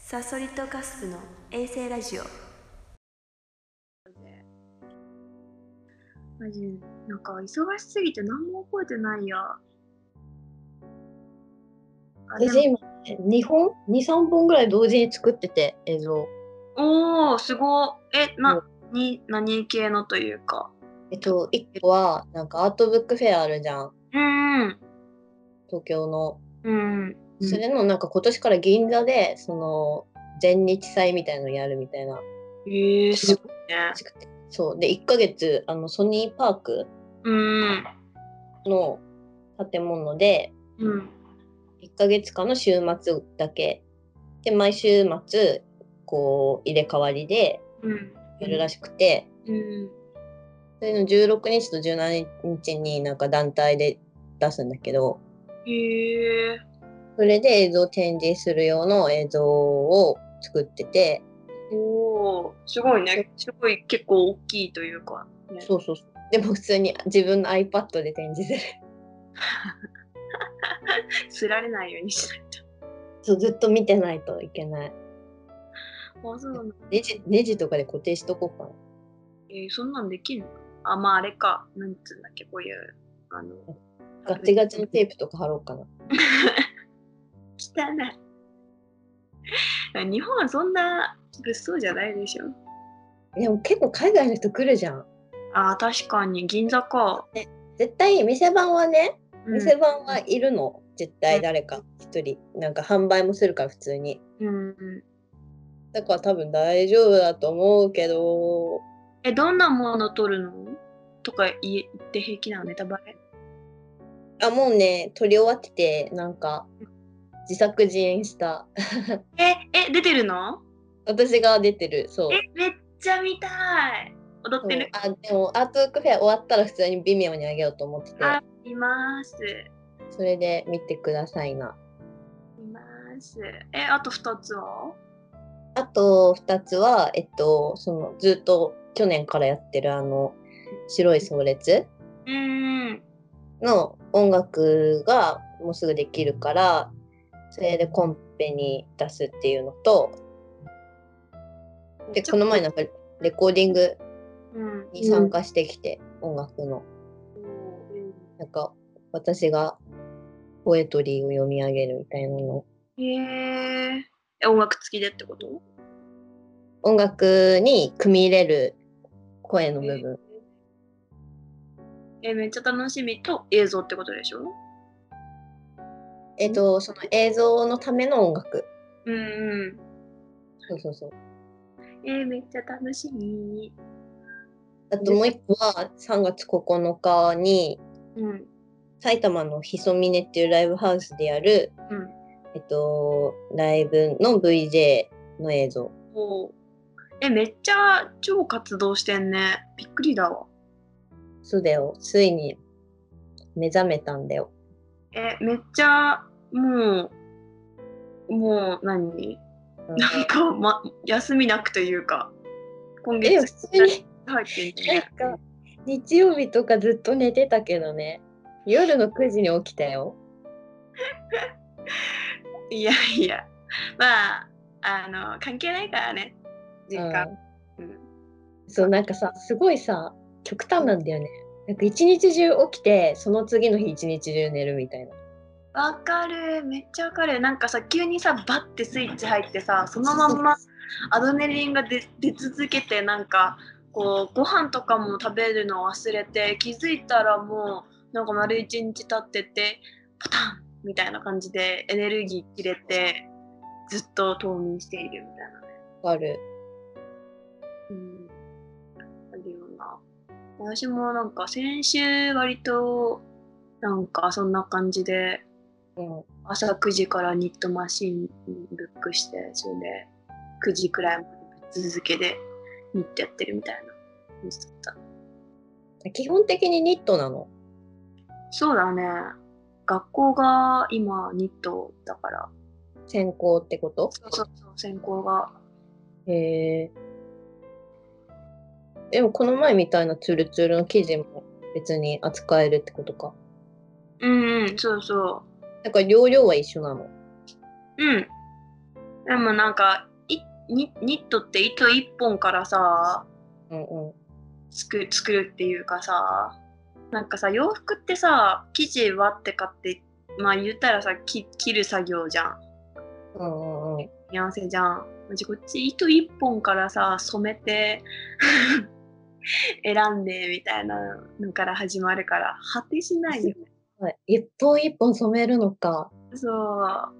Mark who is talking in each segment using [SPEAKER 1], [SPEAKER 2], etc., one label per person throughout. [SPEAKER 1] サソリとカスプの衛星ラジオ
[SPEAKER 2] マジなんか忙しすぎて何も覚えてないや。あで
[SPEAKER 3] 私
[SPEAKER 2] も
[SPEAKER 3] 今2本23本ぐらい同時に作ってて映像
[SPEAKER 2] おおすごい。え
[SPEAKER 3] う
[SPEAKER 2] なに何系のというか。
[SPEAKER 3] えっと1個はなんかアートブックフェアあるじゃん
[SPEAKER 2] うん
[SPEAKER 3] 東京の
[SPEAKER 2] うんうん。
[SPEAKER 3] それのなんか今年から銀座でその全日祭みたいのやるみたいな
[SPEAKER 2] えー、すごいね
[SPEAKER 3] ら。しくてそうで1ヶ月あのソニーパーク
[SPEAKER 2] うん
[SPEAKER 3] の建物で
[SPEAKER 2] うん
[SPEAKER 3] 1ヶ月間の週末だけで毎週末こう入れ替わりで
[SPEAKER 2] うん
[SPEAKER 3] やるらしくて、
[SPEAKER 2] うん
[SPEAKER 3] それの16日と17日になんか団体で出すんだけど、
[SPEAKER 2] へえ
[SPEAKER 3] それで映像展示する用の映像を作ってて、
[SPEAKER 2] おおすごいね。すごい結構大きいというか、ね。
[SPEAKER 3] そうそうそう。でも普通に自分の iPad で展示する。
[SPEAKER 2] すられないようにしない
[SPEAKER 3] そうずっと見てないといけない。
[SPEAKER 2] と。あそうなんだ。
[SPEAKER 3] ネジネジとかで固定しとこうかな。
[SPEAKER 2] えー、そんなんできんのあまああれか。なんつうんだっけこういうあの。
[SPEAKER 3] ガチガチのテープとか貼ろうかな。
[SPEAKER 2] 汚い。日 本はそんな物騒じゃないでしょ。
[SPEAKER 3] でも結構海外の人来るじゃん。
[SPEAKER 2] ああ、確かに銀座か。
[SPEAKER 3] 絶対店番はね、
[SPEAKER 2] うん
[SPEAKER 3] 店番はいるの。絶対誰か一人。なんか販売もするから普通に。
[SPEAKER 2] うん。
[SPEAKER 3] だから多分大丈夫だと思うけど、
[SPEAKER 2] え、どんなもの撮るのとか言え言って平気なのネタバレ。
[SPEAKER 3] あ、もうね、撮り終わってて、なんか、自作自演した。
[SPEAKER 2] え、え、出てるの
[SPEAKER 3] 私が出てる、そう。
[SPEAKER 2] え、めっちゃ見たい。踊ってる。
[SPEAKER 3] そうあでも、アートワークフェア終わったら普通に微妙にあげようと思ってて、
[SPEAKER 2] あ、います。
[SPEAKER 3] それで見てくださいな。
[SPEAKER 2] います。え、あと2つは
[SPEAKER 3] あと、2つは、えっと、その、ずっと去年からやってる、あの、白い葬列
[SPEAKER 2] うーん。
[SPEAKER 3] の音楽がもうすぐできるから、それでコンペに出すっていうのと、で、この前なんかレコーディング
[SPEAKER 2] うん。
[SPEAKER 3] に参加してきて、音楽のなんか私がポエトリーを読み上げるみたいなの
[SPEAKER 2] へえ。え、音楽付きでってこと
[SPEAKER 3] 音楽に組み入れる声の部分、
[SPEAKER 2] え、めっちゃ楽しみと映像ってことでしょ
[SPEAKER 3] えっとその映像のための音楽
[SPEAKER 2] うんう。
[SPEAKER 3] そうそうそうん
[SPEAKER 2] えーめっちゃ楽しみ。
[SPEAKER 3] あともう一個は3月9日に
[SPEAKER 2] うん。
[SPEAKER 3] 埼玉のひそみねっていうライブハウスでやる、
[SPEAKER 2] うん
[SPEAKER 3] えっとライブの VJ の映像
[SPEAKER 2] おうえ、めっちゃ超活動してんね。びっくりだわ。
[SPEAKER 3] そうだよついに目覚めたんだよ
[SPEAKER 2] え、めっちゃ、もう、もう何、なんか、ま、休みなくというか、今
[SPEAKER 3] え
[SPEAKER 2] 月
[SPEAKER 3] 普通に
[SPEAKER 2] 入ってん
[SPEAKER 3] なん
[SPEAKER 2] ね。
[SPEAKER 3] か日曜日とかずっと寝てたけどね夜の9時に起きたよ
[SPEAKER 2] いやいや、まあ、あの、関係ないからね、実家。うん
[SPEAKER 3] そうなんかさすごいさ極端なんだよねなんか一日中起きてその次の日一日中寝るみたいな
[SPEAKER 2] わかるめっちゃわかるなんかさ急にさバッてスイッチ入ってさそのまんまアドネリンが出出続けてなんかこうご飯とかも食べるの忘れて気づいたらもうなんか丸一日経っててパタンみたいな感じでエネルギー切れてずっと冬眠しているみたいな。
[SPEAKER 3] わかる
[SPEAKER 2] うんあるような。私もなんか先週割となんかそんな感じで
[SPEAKER 3] うん
[SPEAKER 2] 朝9時からニットマシンブックしてそれで9時くらいまでぶっ続けでニットやってるみたいな感じだった
[SPEAKER 3] 基本的にニットなの
[SPEAKER 2] そうだね学校が今ニットだから
[SPEAKER 3] 専攻ってこと
[SPEAKER 2] そうそうそう専攻が
[SPEAKER 3] へえでもこの前みたいなツルツルの生地も別に扱えるってことか
[SPEAKER 2] うんうんそうそ
[SPEAKER 3] だから容量は一緒なの
[SPEAKER 2] ううんでもなんかいニニットって糸一本からさ
[SPEAKER 3] うんうん。
[SPEAKER 2] 作作るっていうかさなんかさ洋服ってさ生地割って買ってまあ言ったらさき切る作業じゃん
[SPEAKER 3] うんうんうん。
[SPEAKER 2] 組み合わせじゃんうちこっち糸一本からさ染めて 選んでみたいなのから始まるから果てしないよ
[SPEAKER 3] はい一本一本染めるのか。
[SPEAKER 2] そ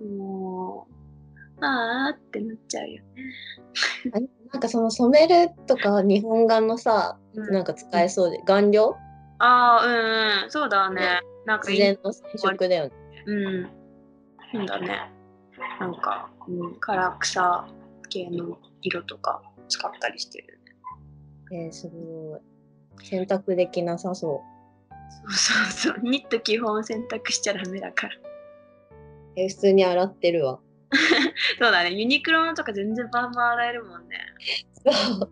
[SPEAKER 2] うもうああってなっちゃうよ
[SPEAKER 3] あなんかその染めるとか日本画のさ、
[SPEAKER 2] うん
[SPEAKER 3] なんか使えそうで、顔料
[SPEAKER 2] ああうんうんそうだねなんかい
[SPEAKER 3] 自
[SPEAKER 2] い
[SPEAKER 3] 然の染色だよね。
[SPEAKER 2] うん。そうだね。なんか、うん、唐草系の色とか使ったりしてる。
[SPEAKER 3] えー、すごい。洗濯できなさそ
[SPEAKER 2] そうそうそう。ニット基本洗濯しちゃダメだから。
[SPEAKER 3] う。えー普通に洗ってるわ。
[SPEAKER 2] そうだね。ユニクロのとか全然バンバン洗えるもんね。
[SPEAKER 3] そう。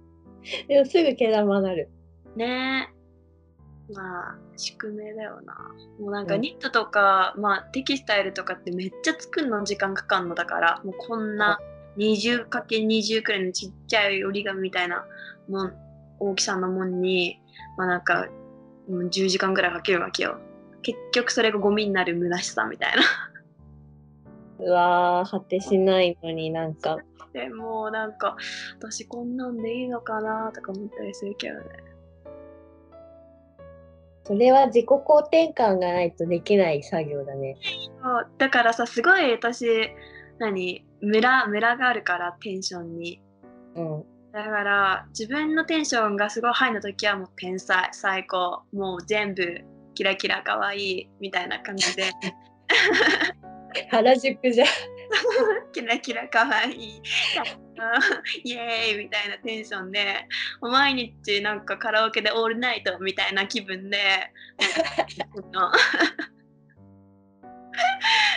[SPEAKER 3] でもすぐ毛玉なる。
[SPEAKER 2] ねえ。まあ、宿命だよな。もうなんかニットとか、まあテキスタイルとかってめっちゃ作るの時間かかんのだから、もうこんな 20×20 くらいのちっちゃい折り紙みたいなもん、大きさのもんに、まあなんか、もう10時間くらいかけるわけよ。結局それがゴミになる虚しさみたいな。
[SPEAKER 3] うわー、果てしないのになんか。
[SPEAKER 2] でもうなんか、私こんなんでいいのかなとか思ったりするけどね。
[SPEAKER 3] それは自己肯定感がないとできない作業だね。
[SPEAKER 2] そうだからさすごい私何ムラムラがあるからテンションに
[SPEAKER 3] うん。
[SPEAKER 2] だから自分のテンションがすごいハイの時はもう天才最高もう全部キラキラ可愛いみたいな感じで
[SPEAKER 3] 原宿じゃ。
[SPEAKER 2] キラキラ可愛い イエーイみたいなテンションでもう毎日なんかカラオケでオールナイトみたいな気分で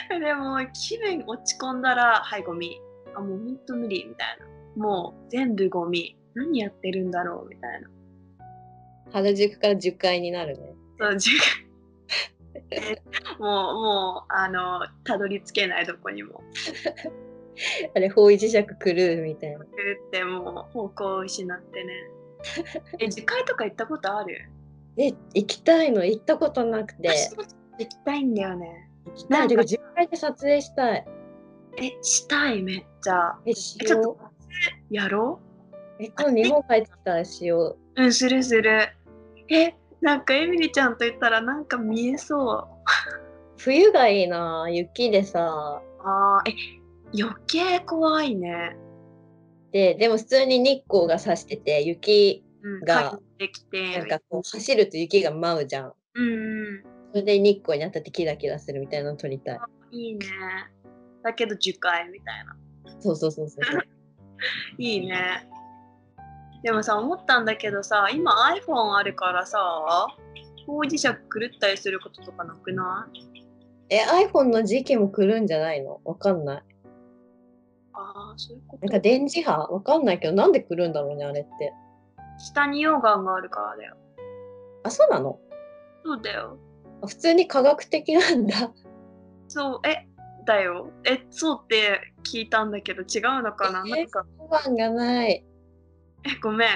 [SPEAKER 2] でも気分落ち込んだらはいゴミあもうほんと無理みたいなもう全部ゴミ何やってるんだろうみたいな
[SPEAKER 3] 原宿から10階になるね。
[SPEAKER 2] そう自分でもうもうあのたどり着けないどこにも
[SPEAKER 3] あれ、方位磁石狂うみたいな。
[SPEAKER 2] ってもう方向を失って ねえ次回とか行ったことある
[SPEAKER 3] え、行きたいの行ったことなくて。
[SPEAKER 2] 私も行きたいんだよね
[SPEAKER 3] 行きたい。てか、10階で撮影したい。
[SPEAKER 2] えしたいめっちゃ
[SPEAKER 3] え、し
[SPEAKER 2] えちょっ
[SPEAKER 3] よ
[SPEAKER 2] とやろ
[SPEAKER 3] う。え、今度日本帰ってきたらしよ
[SPEAKER 2] ううんするするえなんかエミリちゃんと言ったらなんか見えそう
[SPEAKER 3] う。冬がいいな雪でさ。
[SPEAKER 2] あーえ余計怖いね
[SPEAKER 3] で、でも普通に日光が差してて、雪、
[SPEAKER 2] うん
[SPEAKER 3] が
[SPEAKER 2] 帰ってきて
[SPEAKER 3] なんかこう走ると雪が舞うじゃん。
[SPEAKER 2] うんうん
[SPEAKER 3] それで日光に当たってキラキラするみたいなの撮りたい。
[SPEAKER 2] いいねだけど樹海みたいな
[SPEAKER 3] そうそうそうそうそう。
[SPEAKER 2] いいねでもさ思ったんだけどさ今 iPhone あるからさ方磁石狂ったりすることとかなくない
[SPEAKER 3] え、iPhone の時期も来るんじゃないのわかんない。
[SPEAKER 2] ああそういうこ
[SPEAKER 3] なんか
[SPEAKER 2] と
[SPEAKER 3] 電磁波わかんないけど、なんで来るんだろうね、あれって。
[SPEAKER 2] 下に溶岩があるからだよ
[SPEAKER 3] あ、そうなの
[SPEAKER 2] そうだよ
[SPEAKER 3] あ普通に科学的なんだ。
[SPEAKER 2] そうえだよえそうって聞いたんだけど違うのかなな
[SPEAKER 3] え
[SPEAKER 2] んか
[SPEAKER 3] 不安がない。
[SPEAKER 2] えごめん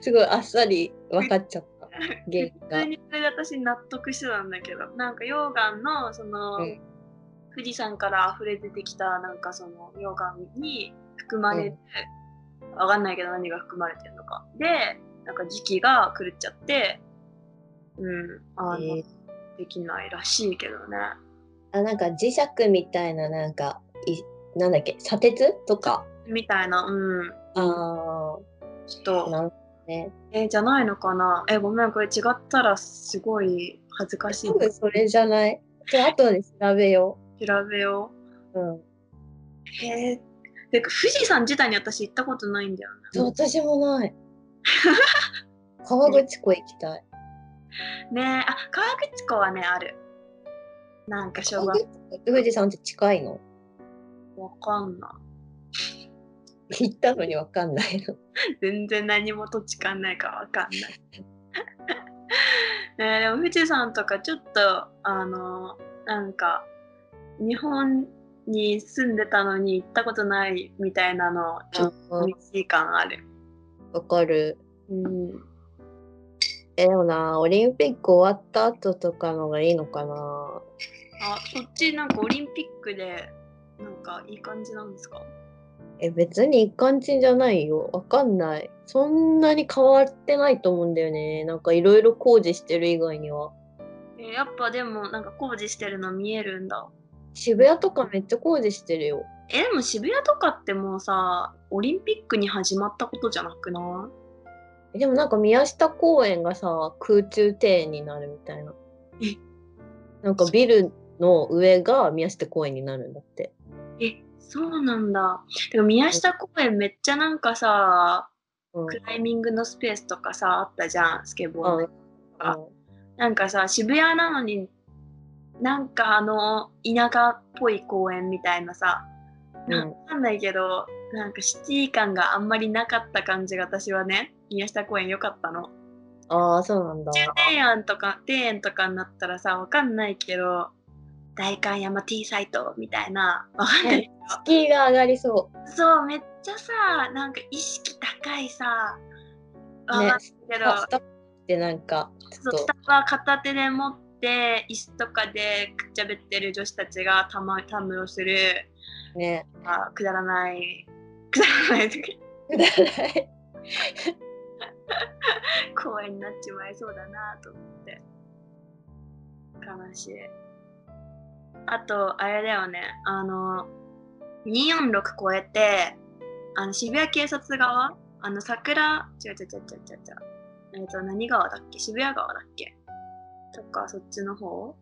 [SPEAKER 3] すごいあっさり分かっちゃ った。原因
[SPEAKER 2] 普通
[SPEAKER 3] が。
[SPEAKER 2] にそれで私納得してたんだけどなんか溶岩のその、
[SPEAKER 3] うん
[SPEAKER 2] 富士山から溢れ出てきたなんかその溶岩に含まれて、わかんないけど何が含まれてるのかでなんか時期が狂っちゃってうんあの、
[SPEAKER 3] えー
[SPEAKER 2] できないらしいけどね
[SPEAKER 3] あ、なんか磁石みたいな、なんか、いなんだっけ、砂鉄とか。
[SPEAKER 2] みたいなうん
[SPEAKER 3] あ
[SPEAKER 2] ちょっ
[SPEAKER 3] あ、
[SPEAKER 2] と
[SPEAKER 3] なんかね。
[SPEAKER 2] えじゃないのかなえごめんこれ違ったらすごい恥ずかしい
[SPEAKER 3] 多分それじゃない。じゃあ後で調べよ
[SPEAKER 2] 調べよう
[SPEAKER 3] う。うん。
[SPEAKER 2] へえ。てか富士山自体に私行ったことないんだよね。
[SPEAKER 3] そう、私も ない。川口湖行きたい。
[SPEAKER 2] ねえ、あ、河口湖はね、ある。なんか小
[SPEAKER 3] 川
[SPEAKER 2] 学
[SPEAKER 3] 口湖って富士山って近いの
[SPEAKER 2] 校わかんな
[SPEAKER 3] 行ったのに分かんないの。
[SPEAKER 2] い。全然何も土地勘ないからわかんない。 ねえ、でも富士山とかちょっと、あの、なんか、日本に住んでたのに行ったことないみたいなのちょっと
[SPEAKER 3] うん
[SPEAKER 2] 寂しい感ある。
[SPEAKER 3] わかる。
[SPEAKER 2] うん、
[SPEAKER 3] え、でもな、オリンピック終わった後とかのがいいのかな。
[SPEAKER 2] あそっちなんかオリンピックでなんかいい感じなんですか
[SPEAKER 3] え、別に一貫地じゃないよ。わかんない。そんなに変わってないと思うんだよね。なんかいろいろ工事してる以外には。
[SPEAKER 2] えーやっぱでもなんか工事してるの見えるんだ。
[SPEAKER 3] 渋谷とかめっちゃ工事してるよ。
[SPEAKER 2] えでも渋谷とかってもうさオリンピックに始まったことじゃなくな
[SPEAKER 3] えでもなんか宮下公園がさ、空中庭園になるみたいな。
[SPEAKER 2] え
[SPEAKER 3] なんかビルの上が宮下公園になるんだって。
[SPEAKER 2] いえそうなんだ。でも宮下公園めっちゃなんかさ
[SPEAKER 3] うん。
[SPEAKER 2] クライミングのスペースとかさあったじゃんスケボーの
[SPEAKER 3] うん
[SPEAKER 2] あなんかさ渋谷なのになんかあの田舎っぽい公園みたいなさ、
[SPEAKER 3] うん
[SPEAKER 2] わかんないけどなんかシティ感があんまりなかった感じが私はね宮下公園良かったの。
[SPEAKER 3] ああ、そうなんだ。
[SPEAKER 2] 庭園とか庭園とかになったらさわかんないけど代官山 T サイトみたいなわかんない
[SPEAKER 3] 敷居が上がりそ
[SPEAKER 2] そうめっちゃさなんか意識高いさわかんないけ
[SPEAKER 3] う。
[SPEAKER 2] ど、
[SPEAKER 3] スタッフってなんか、ち
[SPEAKER 2] そう
[SPEAKER 3] ょ
[SPEAKER 2] ス
[SPEAKER 3] っと
[SPEAKER 2] タバ片手で持って椅子とかでくっちゃべってる女子たちがたまたむろする
[SPEAKER 3] ね。
[SPEAKER 2] あくだらないくだらない時
[SPEAKER 3] くだらない
[SPEAKER 2] 公園になっちまいそうだなと思って悲しいあとあれだよねあの246超えてあの渋谷警察側あの桜違う違う違う違う違う違うえっと何川だっけ渋谷川だっけとかそっちの方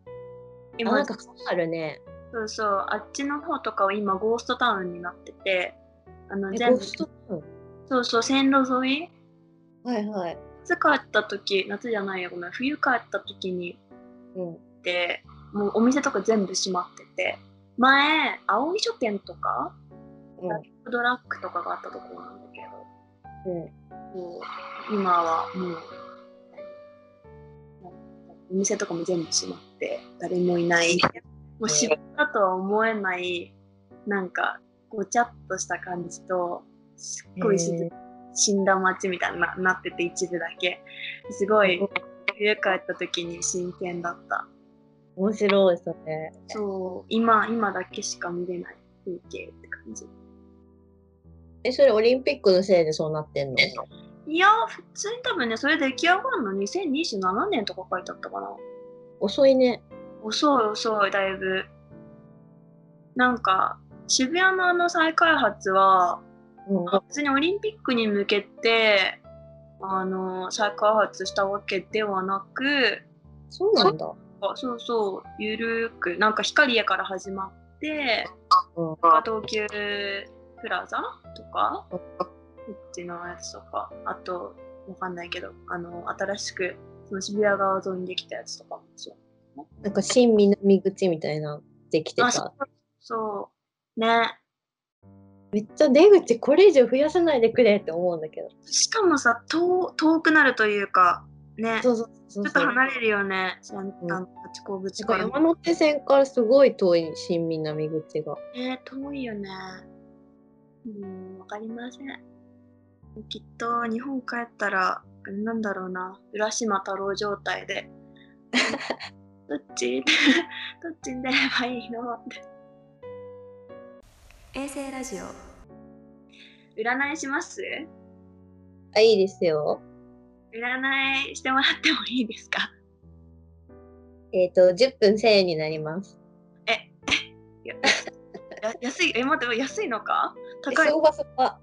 [SPEAKER 3] あ、なんか変わるね。
[SPEAKER 2] そうそう、あっちの方とかは今ゴーストタウンになってて、あの
[SPEAKER 3] え
[SPEAKER 2] 全
[SPEAKER 3] ゴ
[SPEAKER 2] 部
[SPEAKER 3] ーストタウン
[SPEAKER 2] そうそう線路沿い
[SPEAKER 3] はいはい。
[SPEAKER 2] 夏帰った時夏じゃないよごめん冬帰った時に
[SPEAKER 3] うん。
[SPEAKER 2] ってもうお店とか全部閉まってて前青い書店とか
[SPEAKER 3] う
[SPEAKER 2] ドラッグとかがあったところなんだけ
[SPEAKER 3] ん。うん。
[SPEAKER 2] どもう今はもうお店とかも全部閉まって誰もいないもう渋谷だとは思えないなんかごちゃっとした感じとすっごい静
[SPEAKER 3] へ
[SPEAKER 2] 死んだ街みたいにななってて一部だけすごい家帰った時に真剣だった
[SPEAKER 3] 面白い、それ。
[SPEAKER 2] そう今今だけしか見れない風景って感じ
[SPEAKER 3] え、それオリンピックのせいでそうなってんの
[SPEAKER 2] いや普通に多分ねそれ出来上がるの2027年とか書いてあったかな
[SPEAKER 3] 遅いね。
[SPEAKER 2] 遅い遅いだいぶなんか渋谷のあの再開発は
[SPEAKER 3] うん。
[SPEAKER 2] 別にオリンピックに向けてあの再開発したわけではなく
[SPEAKER 3] そうなんだ。
[SPEAKER 2] あそうそうゆるくなんか光家から始まって
[SPEAKER 3] うん。
[SPEAKER 2] なんか東急プラザとかこっちのやつとかあとわかんないけどあの新しくその渋谷側沿いにできたやつとかもそう
[SPEAKER 3] なんか新南口みたいな、できて
[SPEAKER 2] あそ
[SPEAKER 3] た
[SPEAKER 2] う。そうね
[SPEAKER 3] めっちゃ出口これ以上増やさないでくれって思うんだけど。
[SPEAKER 2] しかもさ遠遠くなるというかね
[SPEAKER 3] そうそうそう
[SPEAKER 2] ちょ
[SPEAKER 3] そ
[SPEAKER 2] っ
[SPEAKER 3] う。
[SPEAKER 2] と離れるよね、先端
[SPEAKER 3] うん
[SPEAKER 2] の八甲
[SPEAKER 3] なん
[SPEAKER 2] 口か
[SPEAKER 3] か
[SPEAKER 2] ら。
[SPEAKER 3] 山手線からすごい遠い新南口が。
[SPEAKER 2] えー、遠いよね。うん、わかりません。きっと日本帰ったら、なんだろうな、浦島太郎状態で。どっち どっちに出ればいいのって。
[SPEAKER 1] 衛星ラジオ
[SPEAKER 2] 占いします
[SPEAKER 3] あ、いいですよ。
[SPEAKER 2] 占いしてもらってもいいですか
[SPEAKER 3] えっ、と、10分1000円になります。
[SPEAKER 2] やや 安い、え、待って、安いのか
[SPEAKER 3] え
[SPEAKER 2] 高い
[SPEAKER 3] 相場相場。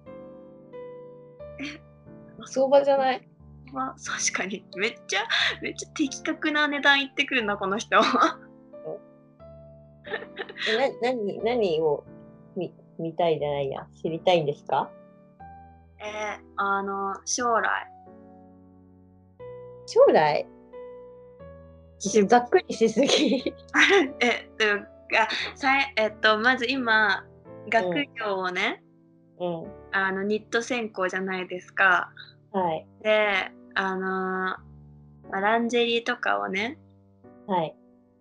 [SPEAKER 3] 相場じゃない
[SPEAKER 2] まあ確かにめっちゃめっちゃ的確な値段言ってくるなこの人
[SPEAKER 3] えな何何を見見たいじゃないや知りたいんですか
[SPEAKER 2] えー、あの将来
[SPEAKER 3] 将来ざっくりしすぎ
[SPEAKER 2] えっとあさいえっとまず今学業をね、
[SPEAKER 3] うん
[SPEAKER 2] あのニット専攻じゃないですか
[SPEAKER 3] はい
[SPEAKER 2] であのまあランジェリーとかをね
[SPEAKER 3] はい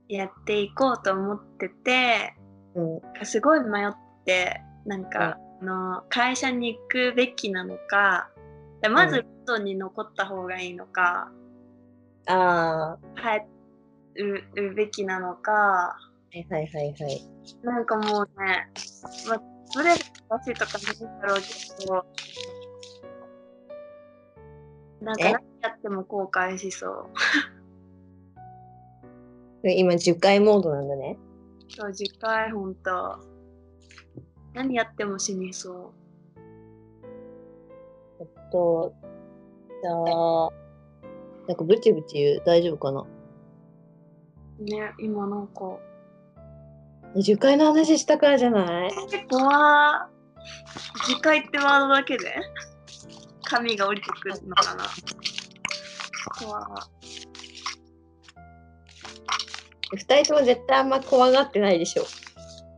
[SPEAKER 2] やっていこうと思ってて
[SPEAKER 3] うん、
[SPEAKER 2] すごい迷ってなんか、あの会社に行くべきなのかでまずロンドンに残った方がいいのか、
[SPEAKER 3] ああ、は
[SPEAKER 2] 帰るべきなのか
[SPEAKER 3] いはいはいはい。
[SPEAKER 2] なんかもうね、まあ、どれが正しいとかないんだろうけどなんか
[SPEAKER 3] え
[SPEAKER 2] 何やっても後悔しそう
[SPEAKER 3] 今、受回モードなんだね。
[SPEAKER 2] そう次回ほんと何やっても死にそ
[SPEAKER 3] えっと、じゃあ、なんかブチブチ言う。大丈夫かな
[SPEAKER 2] うね今なんか
[SPEAKER 3] 受回の話したからじゃない
[SPEAKER 2] 結構は次回ってワードだけで神が降りてくるのかな怖
[SPEAKER 3] 二人とも絶対あんま怖がってないでしょ。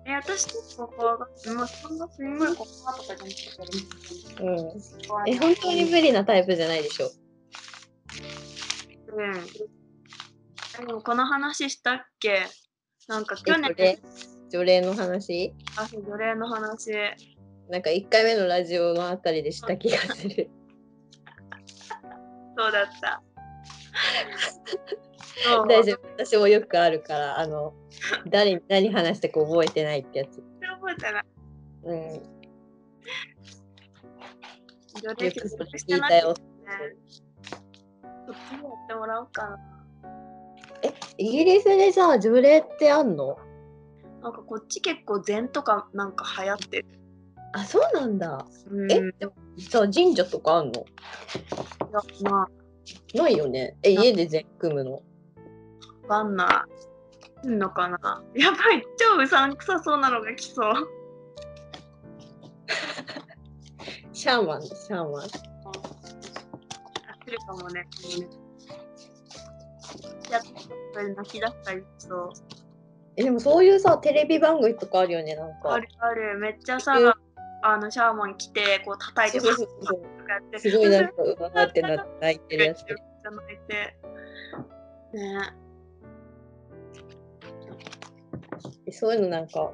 [SPEAKER 2] え私結構怖がってもうそんなすんごい怖いとかじゃなくて
[SPEAKER 3] うん。
[SPEAKER 2] 怖い
[SPEAKER 3] え、本当に無理なタイプじゃないでしょ。
[SPEAKER 2] うんでもこの話したっけなんか去年
[SPEAKER 3] え除霊の話
[SPEAKER 2] あそう奴隷の話
[SPEAKER 3] なんか1回目のラジオのあたりでした気がする。
[SPEAKER 2] そうだったそう
[SPEAKER 3] 大丈夫。私もよくあるから、あの、誰に何話したか覚えてないってやつ。
[SPEAKER 2] 覚えてない
[SPEAKER 3] うん。よ
[SPEAKER 2] 奴
[SPEAKER 3] く
[SPEAKER 2] 隷
[SPEAKER 3] そ
[SPEAKER 2] 結
[SPEAKER 3] れ聞
[SPEAKER 2] して
[SPEAKER 3] い
[SPEAKER 2] な
[SPEAKER 3] た
[SPEAKER 2] いそ
[SPEAKER 3] よ。
[SPEAKER 2] っちもやってもらおうかな
[SPEAKER 3] イギリスでさ、除霊ってあんの
[SPEAKER 2] なんかこっち結構禅とかなんか流行ってる。
[SPEAKER 3] あ、そうなんだ。
[SPEAKER 2] うん
[SPEAKER 3] え、でもさ、神社とかあんの
[SPEAKER 2] ま
[SPEAKER 3] ないよね。え、家で全組むの
[SPEAKER 2] あ、わかんない。いいのかなやばい、超うさんくさそうなのが来そう。
[SPEAKER 3] シャーマンだ、シャーマ
[SPEAKER 2] 来
[SPEAKER 3] ン。
[SPEAKER 2] るかもね。やっぱり泣き出したりしそう。
[SPEAKER 3] え、でもそういうさ、テレビ番組とかあるよね、なんか。
[SPEAKER 2] あるある、めっちゃさ、
[SPEAKER 3] うん
[SPEAKER 2] あのシャーマン来て、こう叩いて
[SPEAKER 3] そう
[SPEAKER 2] ます
[SPEAKER 3] そう
[SPEAKER 2] と
[SPEAKER 3] そう
[SPEAKER 2] かやって、
[SPEAKER 3] すごいなん
[SPEAKER 2] っ
[SPEAKER 3] か、うわーってなって泣いてるや つ。
[SPEAKER 2] 泣いて。ね
[SPEAKER 3] えそういうのなんか、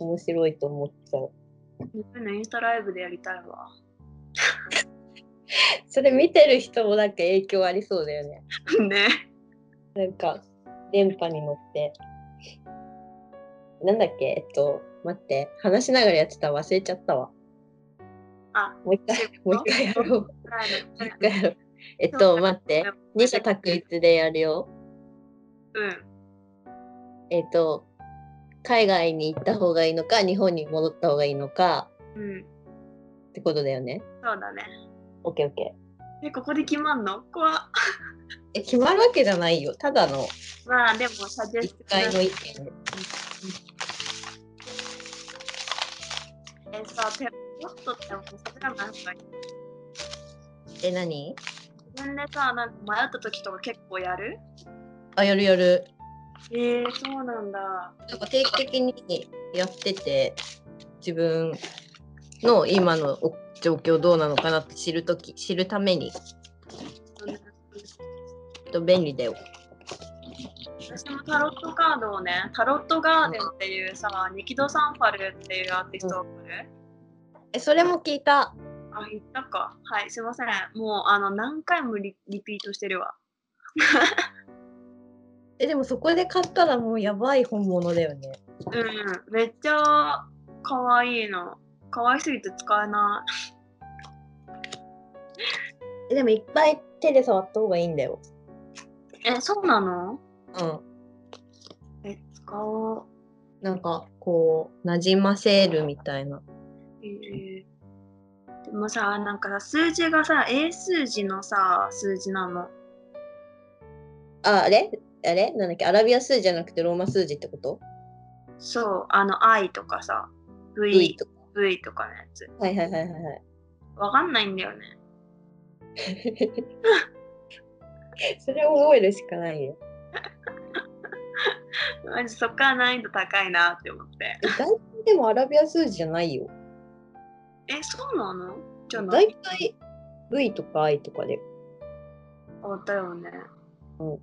[SPEAKER 3] 面白いと思っちゃう。
[SPEAKER 2] 日本のインスタライブでやりたい わ。
[SPEAKER 3] それ見てる人もなんか影響ありそうだよね。
[SPEAKER 2] ね。
[SPEAKER 3] なんか、電波に乗って。なんだっけえっと、待って。話しながらやってた忘れちゃったわ。
[SPEAKER 2] あ、
[SPEAKER 3] もう一回、もう一回やろう。も
[SPEAKER 2] ライ
[SPEAKER 3] う
[SPEAKER 2] ブ
[SPEAKER 3] 一回やろう。えっと、待って。二者択一でやるよ。
[SPEAKER 2] うん。
[SPEAKER 3] えっと、海外に行った方がいいのか、日本に戻った方がいいのか
[SPEAKER 2] うん、
[SPEAKER 3] ってことだよね。
[SPEAKER 2] そうだね。
[SPEAKER 3] オッケーオッケ
[SPEAKER 2] え、ここで決まんの怖っ
[SPEAKER 3] ー。え、決まるわけじゃないよ。ただの
[SPEAKER 2] まあでも、サジェ
[SPEAKER 3] 一
[SPEAKER 2] スト
[SPEAKER 3] 回の意見。
[SPEAKER 2] え、さ、ペロットってもうらない方がいい。
[SPEAKER 3] え、何
[SPEAKER 2] 自分でさ、なんか迷った時とか結構やる
[SPEAKER 3] あ、やるやる。
[SPEAKER 2] えー、そうなんだ。
[SPEAKER 3] なんか定期的にやってて自分の今のお状況どうなのかなって知るとき知るためにと便利だよ。
[SPEAKER 2] 私もタロットカードをね、タロットガーデンっていうさ、ニキド・サンファルっていうアーティストをる、
[SPEAKER 3] えそれも聞いた。
[SPEAKER 2] あ、言ったか。はい、すいません。もう、あの、何回もリリピートしてるわ。
[SPEAKER 3] えでもそこで買ったらもうやばい本物だよね。
[SPEAKER 2] うん、めっちゃ可愛いの。可愛すぎて使えな
[SPEAKER 3] えでもいっぱい手で触った方がいいんだよ。
[SPEAKER 2] い。え、そうなの
[SPEAKER 3] うん。
[SPEAKER 2] え、使おう。
[SPEAKER 3] なんかこう馴染ませるみたいな。
[SPEAKER 2] えーでもさなんかさ数字がさ英数字のさ数字なの
[SPEAKER 3] ああれあれなんだっけアラビア数字じゃなくてローマ数字ってこと
[SPEAKER 2] そうあの I とかさ
[SPEAKER 3] ?V
[SPEAKER 2] V,
[SPEAKER 3] とか。
[SPEAKER 2] v とかのやつ
[SPEAKER 3] はいはいはいはいはい。
[SPEAKER 2] わかんないんだよね
[SPEAKER 3] それを覚えるしかないよ。
[SPEAKER 2] マジそっから難易度高いなって思って
[SPEAKER 3] え大体でもアラビア数字じゃないよ。
[SPEAKER 2] えそうなのじゃな
[SPEAKER 3] 大
[SPEAKER 2] い
[SPEAKER 3] 体 V とか I とかで。
[SPEAKER 2] あだよね
[SPEAKER 3] う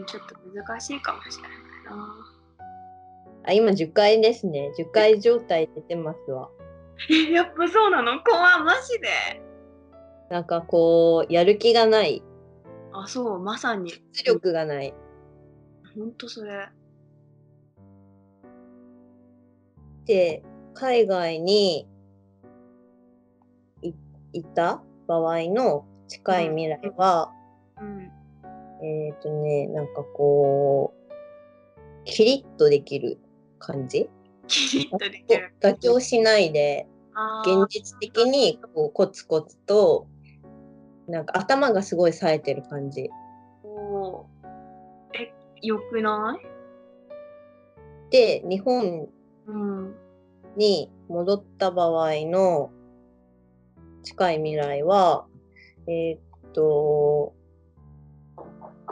[SPEAKER 3] ん
[SPEAKER 2] ちょっと難しいかもしれないな
[SPEAKER 3] あ、今10回ですね。10回状態出てますわ。
[SPEAKER 2] えやっぱそうなの怖いマジで
[SPEAKER 3] なんかこう、やる気がない。
[SPEAKER 2] あそうまさに
[SPEAKER 3] 出力がない。
[SPEAKER 2] ほんとそれ
[SPEAKER 3] で、海外にいいた場合の近い未来は、
[SPEAKER 2] うん
[SPEAKER 3] えっ、とね、なんかこう、キリッとできる感じ
[SPEAKER 2] キリッとできる
[SPEAKER 3] 妥協しないで、
[SPEAKER 2] あー
[SPEAKER 3] 現実的にこうコツコツと、なんか頭がすごい冴えてる感じ。
[SPEAKER 2] おーえよくない
[SPEAKER 3] で、日本
[SPEAKER 2] うん
[SPEAKER 3] に戻った場合の近い未来は、えーっと、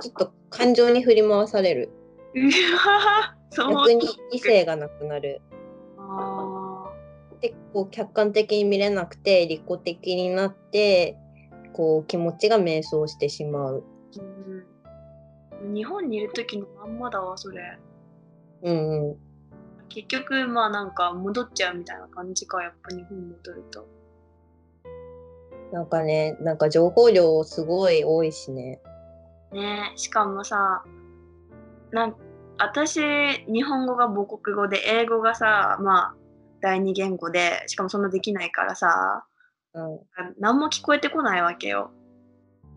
[SPEAKER 3] ちょっと感情に振り回される。
[SPEAKER 2] うわそう
[SPEAKER 3] 逆に理性がなくなる。
[SPEAKER 2] あ
[SPEAKER 3] で、こう客観的に見れなくて、利己的になって、こう気持ちが迷走してしまう。
[SPEAKER 2] ーうん日本にいる時のまんまだわそれ
[SPEAKER 3] うんうん。
[SPEAKER 2] 結局まあなんか戻っちゃうみたいな感じかやっぱ日本戻ると
[SPEAKER 3] なんかね、なんか情報量すごい多いしね。
[SPEAKER 2] ねしかもさなん私日本語が母国語で英語がさまあ第二言語でしかもそんなできないからさ
[SPEAKER 3] うん。
[SPEAKER 2] 何も聞こえてこないわけよ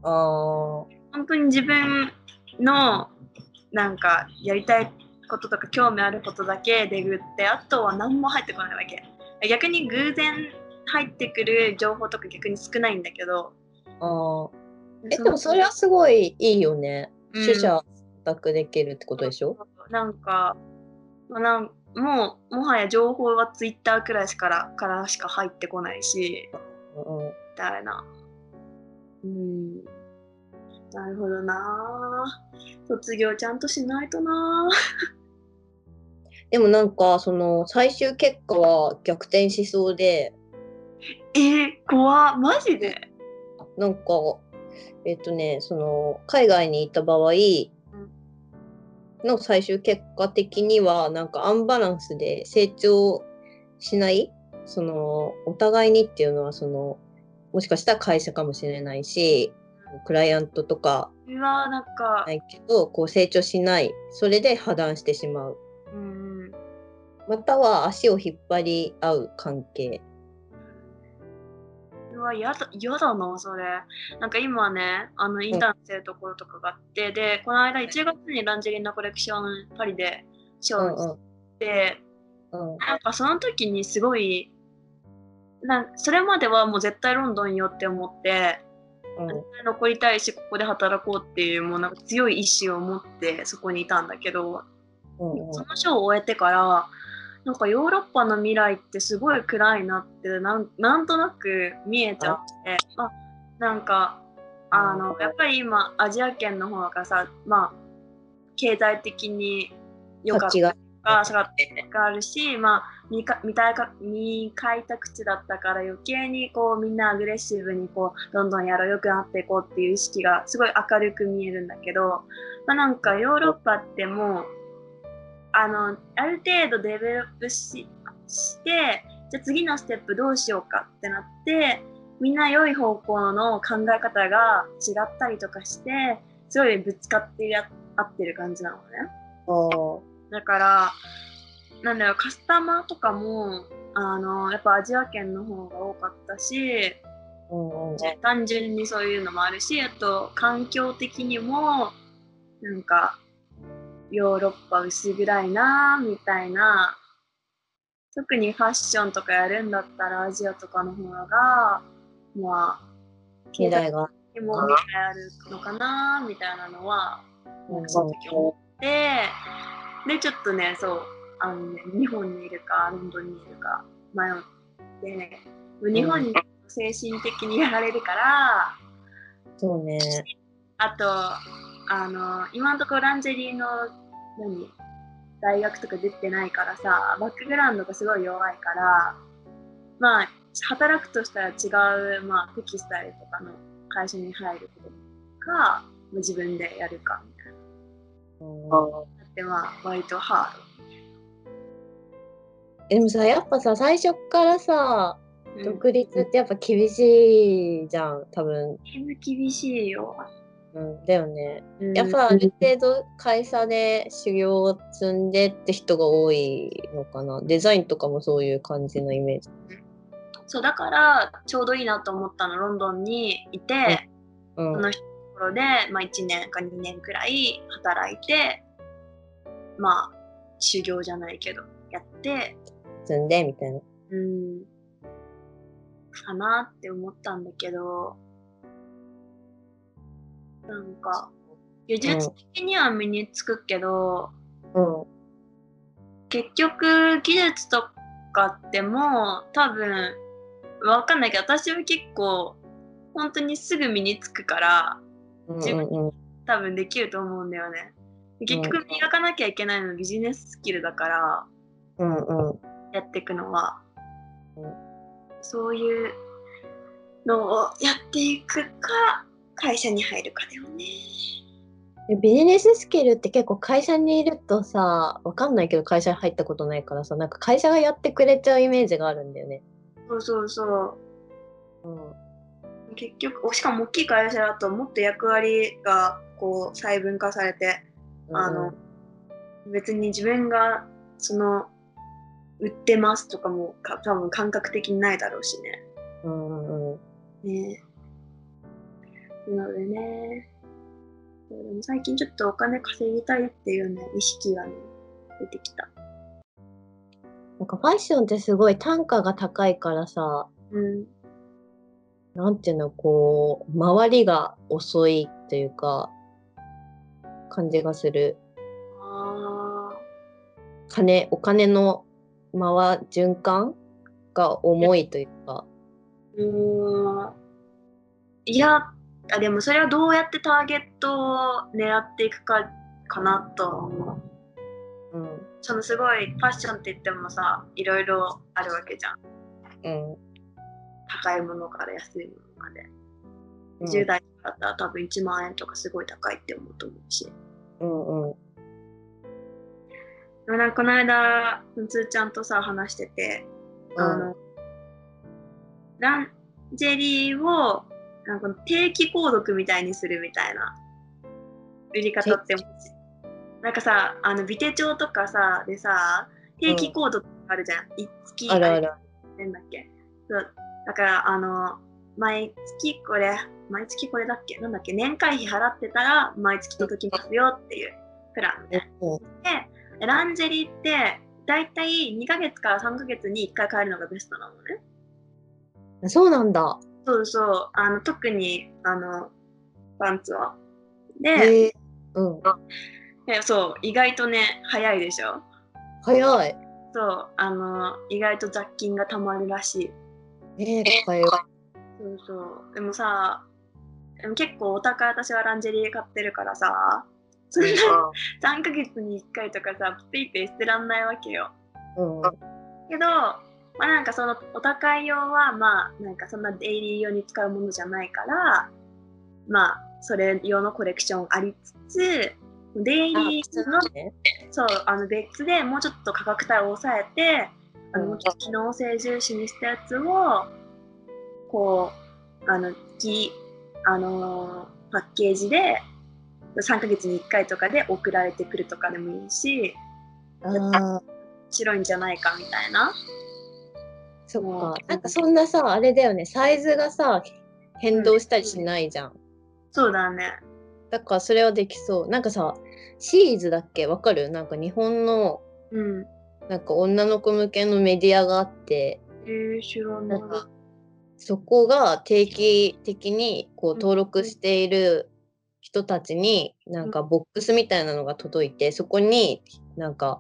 [SPEAKER 3] あ
[SPEAKER 2] 本当に自分のなんかやりたいこととか興味あることだけでぐってあとは何も入ってこないわけ逆に偶然入ってくる情報とか逆に少ないんだけど
[SPEAKER 3] ーあー。え、でもそれはすごいいいよね。取捨選択できるってことでしょ、
[SPEAKER 2] なんか、まあなんもうもはや情報はツイッターくらいしからからしか入ってこないし
[SPEAKER 3] うんうん、
[SPEAKER 2] みたいな。うん。なるほどなぁ。卒業ちゃんとしないとなぁ。
[SPEAKER 3] でもなんかその最終結果は逆転しそうで
[SPEAKER 2] えー、怖っマジで
[SPEAKER 3] なんかえっ、とねその海外に行った場合の最終結果的にはなんかアンバランスで成長しないそのお互いにっていうのはそのもしかしたら会社かもしれないしクライアントとか
[SPEAKER 2] うわぁなんか、
[SPEAKER 3] ないけどこう成長しないそれで破談してしまう
[SPEAKER 2] うんうん。
[SPEAKER 3] または足を引っ張り合う関係。
[SPEAKER 2] うわ、やだ、やだな、それ。なんか今ね、あの、インターンしてるところとかがあって、で、この間1月にランジェリーのコレクションパリで
[SPEAKER 3] う
[SPEAKER 2] 賞
[SPEAKER 3] ん
[SPEAKER 2] を
[SPEAKER 3] うん
[SPEAKER 2] して、
[SPEAKER 3] うん
[SPEAKER 2] なんかその時にすごい、なんそれまではもう絶対ロンドンよって思って、
[SPEAKER 3] うん
[SPEAKER 2] 残りたいし、ここで働こうっていう、もうなんか強い意志を持ってそこにいたんだけど、
[SPEAKER 3] うん
[SPEAKER 2] その章を終えてから、なんかヨーロッパの未来ってすごい暗いなってなんなんとなく見えちゃって、まあ、なんかあのやっぱり今アジア圏の方がさ、まあ、経済的に良かったりとか下がってがあるし、まあ、未か未体か未開拓地だったから余計にこうみんなアグレッシブにこうどんどんやろうよくなっていこうっていう意識がすごい明るく見えるんだけど、まあ、なんかヨーロッパってもうあのある程度デベロップししてじゃあ次のステップどうしようかってなってみんな良い方向の考え方が違ったりとかしてすごいぶつかってや合ってる感じなのね。
[SPEAKER 3] あ
[SPEAKER 2] だから、なんだろう、カスタマーとかも、あの、やっぱアジア圏の方が多かったし、
[SPEAKER 3] あ、うんうん、
[SPEAKER 2] 単純にそういうのもあるし、あと、環境的にも、なんか、ヨーロッパ薄暗いなみたいな、特にファッションとかやるんだったらアジアとかの方が、まあ、
[SPEAKER 3] 未来が。
[SPEAKER 2] でも未来あるのかなみたいなのは、
[SPEAKER 3] うん
[SPEAKER 2] なんかその時思って、で、ちょっとね、そう、あのね、日本にいるか、ロンドンにいるか迷って、日本にいると精神的にやられるから、
[SPEAKER 3] そうね。
[SPEAKER 2] あと、あの、今のところランジェリーの、何大学とか出てないからさ、バックグラウンドがすごい弱いから、まあ、働くとしたら違う、まあ、テキスタイルとかの会社に入ることか、まあ自分でやるかみたいな。
[SPEAKER 3] うん
[SPEAKER 2] だってまあ、割とハ
[SPEAKER 3] でもさやっぱさ最初っからさ独立ってやっぱ厳しいじゃん多分、
[SPEAKER 2] 厳しいよ。
[SPEAKER 3] うん、だよねやっぱある程度会社で修行を積んでって人が多いのかなデザインとかもそういう感じのイメージ
[SPEAKER 2] そうだからちょうどいいなと思ったのロンドンにいて、
[SPEAKER 3] うん
[SPEAKER 2] その人のところで、まあ、1年か2年くらい働いてまあ修行じゃないけどやって
[SPEAKER 3] 積んでみたい
[SPEAKER 2] う
[SPEAKER 3] な
[SPEAKER 2] んかなって思ったんだけどなんか技術的には身につくけど、
[SPEAKER 3] うん
[SPEAKER 2] 結局技術とかってもう多分わかんないけど私は結構本当にすぐ身につくから
[SPEAKER 3] うん
[SPEAKER 2] 自
[SPEAKER 3] うんうん
[SPEAKER 2] 多分できると思うんだよね結局磨かなきゃいけないのビジネススキルだから
[SPEAKER 3] うんうん
[SPEAKER 2] やっていくのは、
[SPEAKER 3] うん
[SPEAKER 2] そういうのをやっていくか会社に入るかだよね
[SPEAKER 3] でビジネススキルって結構会社にいるとさわかんないけど会社に入ったことないからさなんか会社がやってくれちゃうイメージがあるんだよね。
[SPEAKER 2] そうそうそう
[SPEAKER 3] うん
[SPEAKER 2] 結局おしかも大きい会社だともっと役割がこう細分化されてあの別に自分がその売ってますとかもか多分感覚的にないだろうしね。
[SPEAKER 3] うんうんうん
[SPEAKER 2] ねえなのでねでも最近ちょっとお金稼ぎたいっていうね意識がね出てきた。
[SPEAKER 3] なんかファッションってすごい単価が高いからさ
[SPEAKER 2] うん
[SPEAKER 3] なんていうのこう周りが遅いというか感じがする
[SPEAKER 2] あ
[SPEAKER 3] 金お金の回循環が重いというか。
[SPEAKER 2] ーうーんいやあでもそれはどうやってターゲットを狙っていくかかなとは思う。
[SPEAKER 3] うん
[SPEAKER 2] そのすごいファッションって言ってもさいろいろあるわけじゃん。
[SPEAKER 3] うん
[SPEAKER 2] 高いものから安いものまで、
[SPEAKER 3] うん
[SPEAKER 2] 10代だったら多分1万円とかすごい高いって思うと思うし
[SPEAKER 3] うんうん
[SPEAKER 2] でもなんかこの間つーちゃんとさ話しててあの、ランジェリーをなんか定期購読みたいにするみたいな売り方ってなんかさあの美手帳とかさでさ定期購読あるじゃん、一月
[SPEAKER 3] あるある
[SPEAKER 2] なんだっけそうだからあの毎月これ毎月これだっけなんだっけ年会費払ってたら毎月届きますよっていうプランででランジェリーってだいたい2ヶ月から3ヶ月に1回買えるのがベストなのね
[SPEAKER 3] うんそうなんだ。
[SPEAKER 2] そうそうあの特にあのパンツはで
[SPEAKER 3] へえうん、
[SPEAKER 2] でそう意外とね早いでしょ
[SPEAKER 3] 早い。
[SPEAKER 2] そうあの意外と雑菌がたまるらしい
[SPEAKER 3] ええ早い。
[SPEAKER 2] そうそう。でもさ、でも結構お高い私はランジェリー買ってるからさ、そんな3ヶ月に1回とかさ、ピイペイ捨てらんないわけよ。
[SPEAKER 3] うん、
[SPEAKER 2] けど、まあなんかそのお高い用はまあなんかそんなデイリー用に使うものじゃないから、まあそれ用のコレクションありつつ、デイリーの
[SPEAKER 3] ね。
[SPEAKER 2] そうあの別でもうちょっと価格帯を抑えてあ
[SPEAKER 3] うん
[SPEAKER 2] の機能性重視にしたやつをこうあの月、あのーパッケージで3ヶ月に1回とかで送られてくるとかでもいいし
[SPEAKER 3] ああ、
[SPEAKER 2] 白いんじゃないかみたいな
[SPEAKER 3] そっ
[SPEAKER 2] もう
[SPEAKER 3] か。なんかそんなさ、あれだよね、サイズがさ、変動したりしないじゃん。
[SPEAKER 2] そうだね
[SPEAKER 3] だからそれはできそう。なんかさ、シーズだっけわかるなんか日本の、
[SPEAKER 2] うん
[SPEAKER 3] なんか女の子向けのメディアがあって、
[SPEAKER 2] えー、白
[SPEAKER 3] な
[SPEAKER 2] の
[SPEAKER 3] んかそこが定期的にこう
[SPEAKER 2] うん
[SPEAKER 3] 登録している人たちになんかボックスみたいなのが届いてそこになんか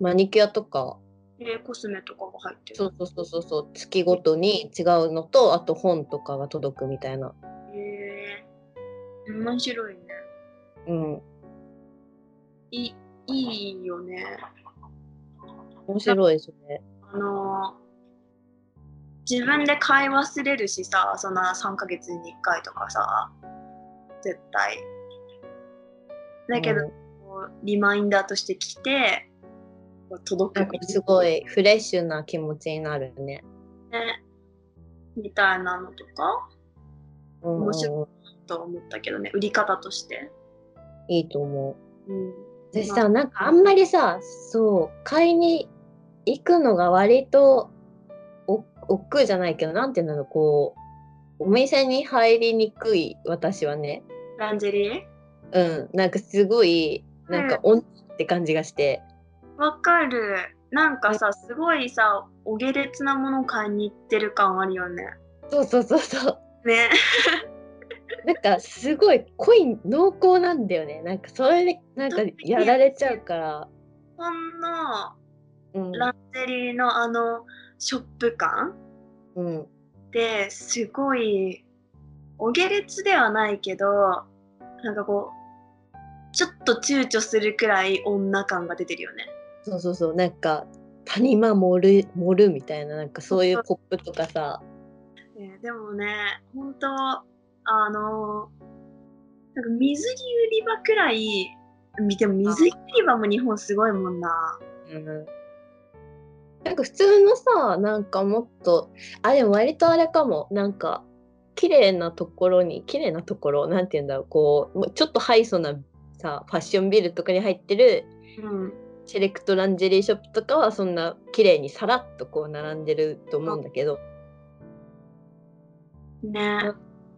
[SPEAKER 3] マニキュアとか
[SPEAKER 2] えーコスメとかが入ってる
[SPEAKER 3] そうそうそうそうそう月ごとに違うのとあと本とかが届くみたいな、
[SPEAKER 2] えー、面白いね
[SPEAKER 3] うん、
[SPEAKER 2] いいいいよね
[SPEAKER 3] 面白いですね。
[SPEAKER 2] あの自分で買い忘れるしさそんな3ヶ月に1回とかさ絶対だけど、
[SPEAKER 3] うん
[SPEAKER 2] こうリマインダーとして来て届
[SPEAKER 3] な
[SPEAKER 2] く
[SPEAKER 3] んかすごいフレッシュな気持ちになるね。
[SPEAKER 2] ねみたいなのとか
[SPEAKER 3] うん
[SPEAKER 2] 面白と思ったけどね売り方として。
[SPEAKER 3] いいと思う。
[SPEAKER 2] うん、
[SPEAKER 3] 私さ、なんかあんまりさ、そう、買いに行くのが割と、お、億劫じゃないけど、なんていうの、こう、お店に入りにくい私はね、
[SPEAKER 2] ランジェリー
[SPEAKER 3] うん、なんかすごい、なんか女って感じがして、
[SPEAKER 2] わかる。なんかさ、すごいさ、お下劣なもの買いに行ってる感あるよね。
[SPEAKER 3] そうそうそうそう、
[SPEAKER 2] ね。
[SPEAKER 3] なんかすごい濃い、濃厚なんだよね、なんかそれで、なんかやられちゃうから、
[SPEAKER 2] ほんの
[SPEAKER 3] うん、
[SPEAKER 2] ランジェリーのあのショップ感
[SPEAKER 3] うん、
[SPEAKER 2] ってすごいお下劣ではないけど、なんかこう、ちょっと躊躇するくらい女感が出てるよね。
[SPEAKER 3] そうそうそう、なんか、谷間盛る、盛るみたいな、なんかそういうポップとかさ、
[SPEAKER 2] ねでもね、本当あの、なんか水着売り場くらい、でも水着売り場も日本すごいもんな。
[SPEAKER 3] うんなんか普通のさなんかもっとあでも割とあれかもなんか綺麗なところに綺麗なところなんて言うんだろうこうもうちょっとハイソなさファッションビルとかに入ってる
[SPEAKER 2] うん。
[SPEAKER 3] セレクトランジェリーショップとかはそんな綺麗にさらっとこう並んでると思うんだけど
[SPEAKER 2] ね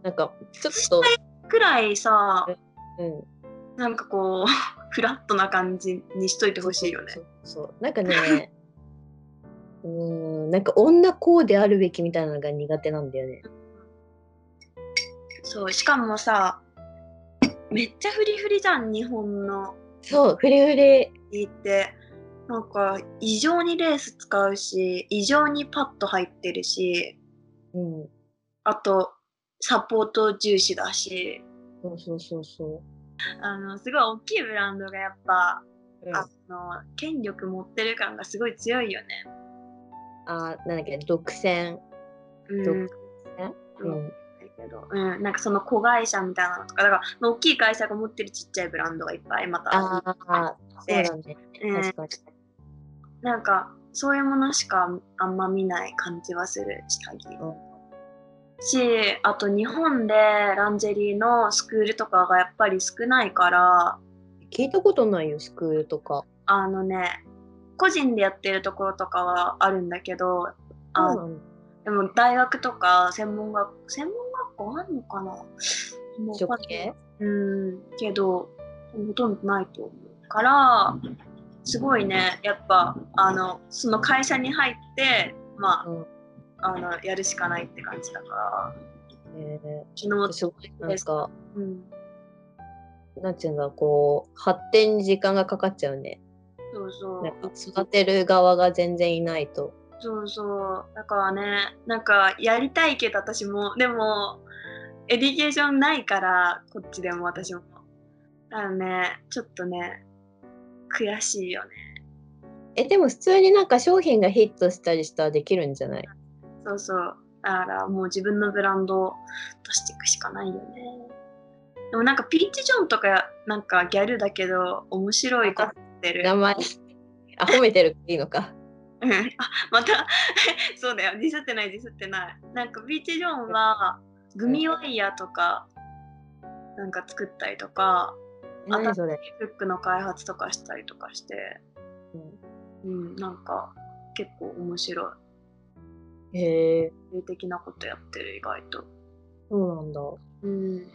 [SPEAKER 3] なんかちょっと、
[SPEAKER 2] くらいさ
[SPEAKER 3] うん、
[SPEAKER 2] なんかこう フラットな感じにしといてほしいよね
[SPEAKER 3] そうそうそうなんかねうーんなんか女こうであるべきみたいなのが苦手なんだよね。
[SPEAKER 2] そうしかもさめっちゃフリフリじゃん日本の
[SPEAKER 3] そうフレフレ
[SPEAKER 2] 家ってなんか異常にレース使うし異常にパッと入ってるし
[SPEAKER 3] うん
[SPEAKER 2] あとサポート重視だし
[SPEAKER 3] そうそうそうそ
[SPEAKER 2] あのすごい大きいブランドがやっぱ、
[SPEAKER 3] う。うん、
[SPEAKER 2] あの
[SPEAKER 3] あ
[SPEAKER 2] 権力持ってる感がすごい強いよね。
[SPEAKER 3] あなんだっけ独占。
[SPEAKER 2] うん
[SPEAKER 3] うん。
[SPEAKER 2] だけど、うん、なんかその子会社みたいなのとかだから大きい会社が持ってるちっちゃいブランドがいっぱいまた
[SPEAKER 3] ああそう
[SPEAKER 2] で
[SPEAKER 3] だね。
[SPEAKER 2] うん
[SPEAKER 3] 確かに。
[SPEAKER 2] なんかそういうものしかあんま見ない感じはする下着、
[SPEAKER 3] うん
[SPEAKER 2] しあと日本でランジェリーのスクールとかがやっぱり少ないから
[SPEAKER 3] 聞いたことないよスクールとか。
[SPEAKER 2] あのね個人でやってるところとかはあるんだけどあ
[SPEAKER 3] そうなんだ
[SPEAKER 2] でも大学とか専門学専門学校あんのかなもう
[SPEAKER 3] 職
[SPEAKER 2] わかんない
[SPEAKER 3] 系
[SPEAKER 2] うん、けど、ほとんどないと思うから、すごいね、やっぱ、あの、その会社に入って、ま
[SPEAKER 3] うん
[SPEAKER 2] あ、あの、やるしかないって感じだから、
[SPEAKER 3] えー
[SPEAKER 2] 昨日、
[SPEAKER 3] すごいなんか
[SPEAKER 2] うん、
[SPEAKER 3] なんていうんだこう発展に時間がかかっちゃうね。
[SPEAKER 2] そうそ
[SPEAKER 3] なんか
[SPEAKER 2] う、
[SPEAKER 3] 育てる側が全然いないと。
[SPEAKER 2] そうそう、だからね、なんか、やりたいけど、私も、でも、エディケーションないから、こっちでも私も。あのね、ちょっとね、悔しいよね。
[SPEAKER 3] えでも普通になんか商品がヒットしたりしたらできるんじゃない？
[SPEAKER 2] そうそう。だからもう自分のブランドを出していくしかないよね。でもなんかピーチ・ジョンとかなんかギャルだけど面白い子やってる。
[SPEAKER 3] 名前 あ褒めてるいいのか。
[SPEAKER 2] うん あまたそうだよ。ディスってないディスってない。なんかピーチ・ジョンはグミワイヤーとかなんか作ったりとか、
[SPEAKER 3] え何それ？
[SPEAKER 2] フックの開発とかしたりとかして、
[SPEAKER 3] うん
[SPEAKER 2] うん、なんか結構面白い。
[SPEAKER 3] へえ
[SPEAKER 2] 的なことやってる意外と。
[SPEAKER 3] そうなんだ。
[SPEAKER 2] うん。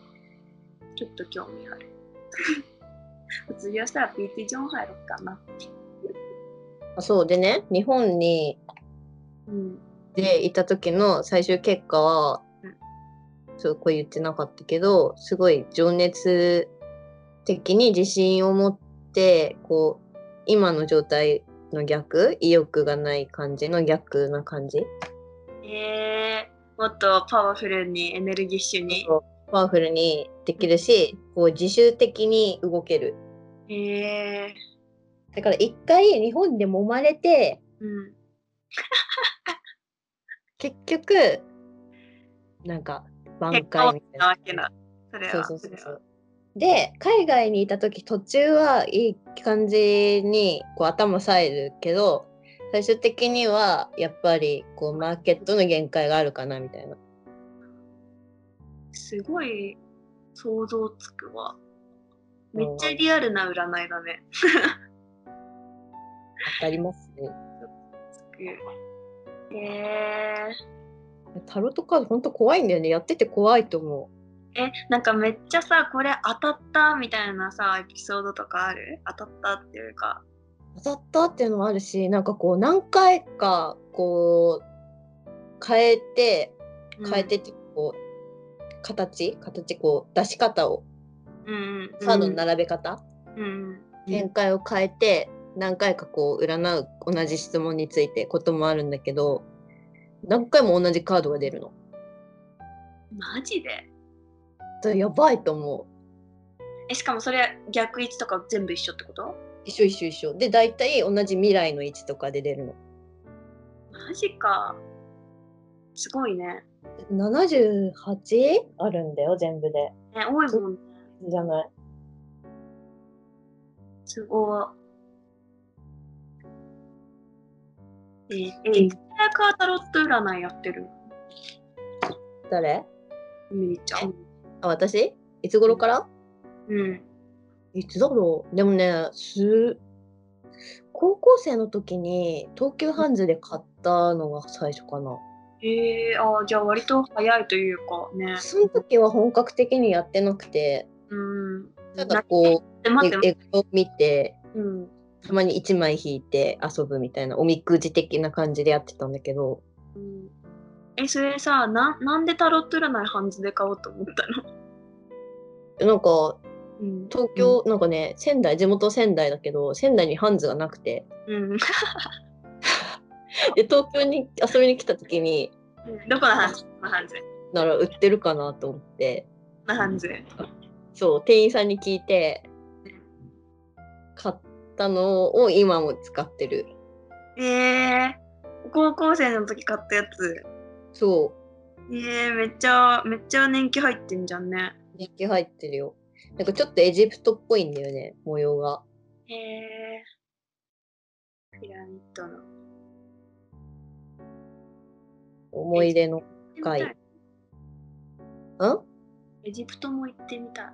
[SPEAKER 2] ちょっと興味ある。卒業したら PT ジョン入ろうかな。
[SPEAKER 3] あそうでね日本に
[SPEAKER 2] うん。
[SPEAKER 3] でいた時の最終結果は
[SPEAKER 2] うん、
[SPEAKER 3] そうこれ言ってなかったけどすごい情熱的に自信を持ってこう今の状態の逆意欲がない感じの逆な感じ
[SPEAKER 2] えー、もっとパワフルにエネルギッシュに。
[SPEAKER 3] パワフルにできるしこう自主的に動ける
[SPEAKER 2] えー、
[SPEAKER 3] だから一回日本で揉まれて
[SPEAKER 2] うん。
[SPEAKER 3] 結局なんか挽
[SPEAKER 2] 結果
[SPEAKER 3] 回
[SPEAKER 2] は
[SPEAKER 3] みたい
[SPEAKER 2] な
[SPEAKER 3] な
[SPEAKER 2] わけだ。それ
[SPEAKER 3] そう
[SPEAKER 2] は。
[SPEAKER 3] そうそうそ
[SPEAKER 2] れは
[SPEAKER 3] うで海外にいた時途中はいい感じにこう頭冴えるけど最終的にはやっぱりこうマーケットの限界があるかなみたいな。
[SPEAKER 2] すごい想像つくわ。めっちゃリアルな占いだね。
[SPEAKER 3] 当たりますね。
[SPEAKER 2] え
[SPEAKER 3] タロットカード本当怖いんだよね。やってて怖いと思
[SPEAKER 2] ー、え、なんかめっちゃさ、これ当たったみたいなさ、エピソードとかある当たったっていうか。
[SPEAKER 3] う。当たったっていうのもあるし、なんかこう何回かこう変えて
[SPEAKER 2] うん
[SPEAKER 3] 変えてってこう、形形こう出し方を
[SPEAKER 2] うんうんうん
[SPEAKER 3] カードの並べ方、
[SPEAKER 2] うんうん
[SPEAKER 3] 展開を変えて何回かこう占う同じ質問についてこともあるんだけど何回も同じカードが出るの。
[SPEAKER 2] マジで
[SPEAKER 3] だやばいと思う。
[SPEAKER 2] え、しかもそれ逆位置とか全部一緒ってこと
[SPEAKER 3] 一緒一緒一緒。で大体同じ未来の位置とかで出るの。
[SPEAKER 2] マジか。すごいね。
[SPEAKER 3] 78あるんだよ全部で。
[SPEAKER 2] ね、多いもんね。
[SPEAKER 3] じゃない
[SPEAKER 2] すごい。え、え、いつからカータロット占いやってる
[SPEAKER 3] 誰
[SPEAKER 2] みりちゃん。
[SPEAKER 3] あ私いつ頃から
[SPEAKER 2] うん。
[SPEAKER 3] いつだろうでもねす高校生の時に東急ハンズで買ったのが最初かな。
[SPEAKER 2] えー、あーじゃあ割と早いというかね。
[SPEAKER 3] その時は本格的にやってなくて
[SPEAKER 2] うん。
[SPEAKER 3] ただこ
[SPEAKER 2] う。
[SPEAKER 3] う
[SPEAKER 2] 待
[SPEAKER 3] 絵
[SPEAKER 2] って待っ
[SPEAKER 3] 絵
[SPEAKER 2] て。
[SPEAKER 3] を見て
[SPEAKER 2] うん。
[SPEAKER 3] たまに1枚引いて遊ぶみたいなおみくじ的な感じでやってたんだけど
[SPEAKER 2] うんえ、それさ、ななんでタロット占いハンズで買おうと思ったの
[SPEAKER 3] なんか
[SPEAKER 2] うん
[SPEAKER 3] 東京、なんかね仙台地元仙台だけど仙台にハンズがなくて
[SPEAKER 2] うん。
[SPEAKER 3] で東京に遊びに来た時に
[SPEAKER 2] どこのハンズどこのハンズ
[SPEAKER 3] なら売ってるかなと思って
[SPEAKER 2] どこのハンズ
[SPEAKER 3] そう店員さんに聞いて買ったのを今も使ってる
[SPEAKER 2] えー、高校生の時買ったやつ。
[SPEAKER 3] そ
[SPEAKER 2] えー、めっちゃ、めっちゃ年季入ってんじゃんね。
[SPEAKER 3] う熱気入ってるよなんかちょっとエジプトっぽいんだよね模様が
[SPEAKER 2] へえー。ピラミッドの。
[SPEAKER 3] 思い出の深い
[SPEAKER 2] 行ってみ
[SPEAKER 3] ん
[SPEAKER 2] たいエジプトも行ってみたい。